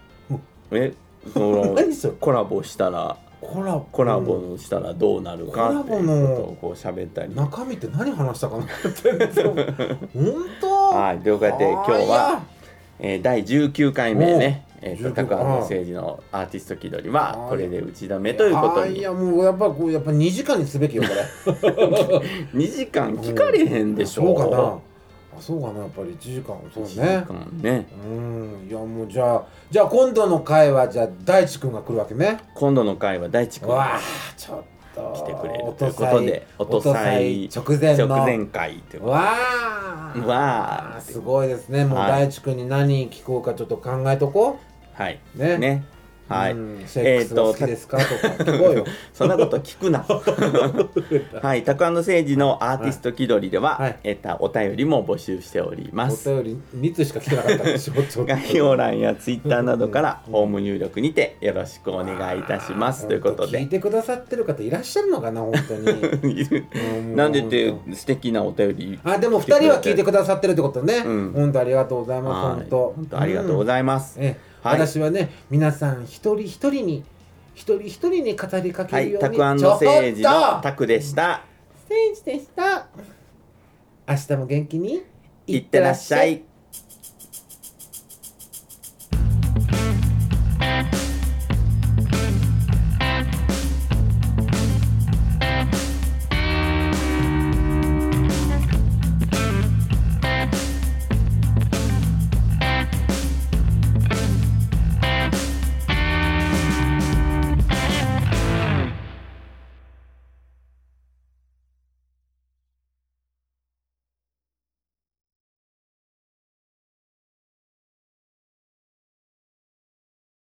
えその
何それ
コラボしたら
コラボ
コラボしたらどうなるかっていうことをこう喋ったり
中身って何話したかな全然本当
はいということで今日は、えー第19回目ね「えーと
19
高橋誠二のアーティスト気取り」はこれで打ち止めということ
い
に
やもうやっぱこうやっぱ2時間にすべきよこれ
2時間 聞かれへんでしょ
そうかなあそうかなやっぱり1時間そう
1
ね
時間ね
うんいやもうじゃあじゃあ今度の回はじゃあ大地君が来るわけね
今度の回は大地君
わあちょっと
来てくれるということで
お
音
とさ
祭
い直前の
直前回というこ
わあ
とでわあ
すごいですねもう
はい
大地君に何聞こうかちょっと考えとこ
はい
ね
ねはい、
うんセックスが好きですか、とか聞こうよ
そんなこと聞くな。 はい、タクアンドセイジのアーティスト気取りでは、
はい
えっと、お便りも募集しておりま
お
す。
便り2つしか来てなかったで しょちょっと
概要欄やツイッターなどからホーム入力にてよろしくお願いいたしますということ
聞い
で。
てくださってる方いらっしゃるのかな本当に うん
なんでって素敵なお便り。
あでも2人は聞いてくださってるってことね、
うん
本当ありがとうございます
は
本
い
当
本当ありがとうご
い
ざいます。
ええ
はい
私はね皆さん一人一人に一人一人に語りか
は
ける
い、
よう
タ
に、
クアンドセイジ
ちょこ
の
っと
タクでした。
ステージでした明日も元気に
いってらっしゃい。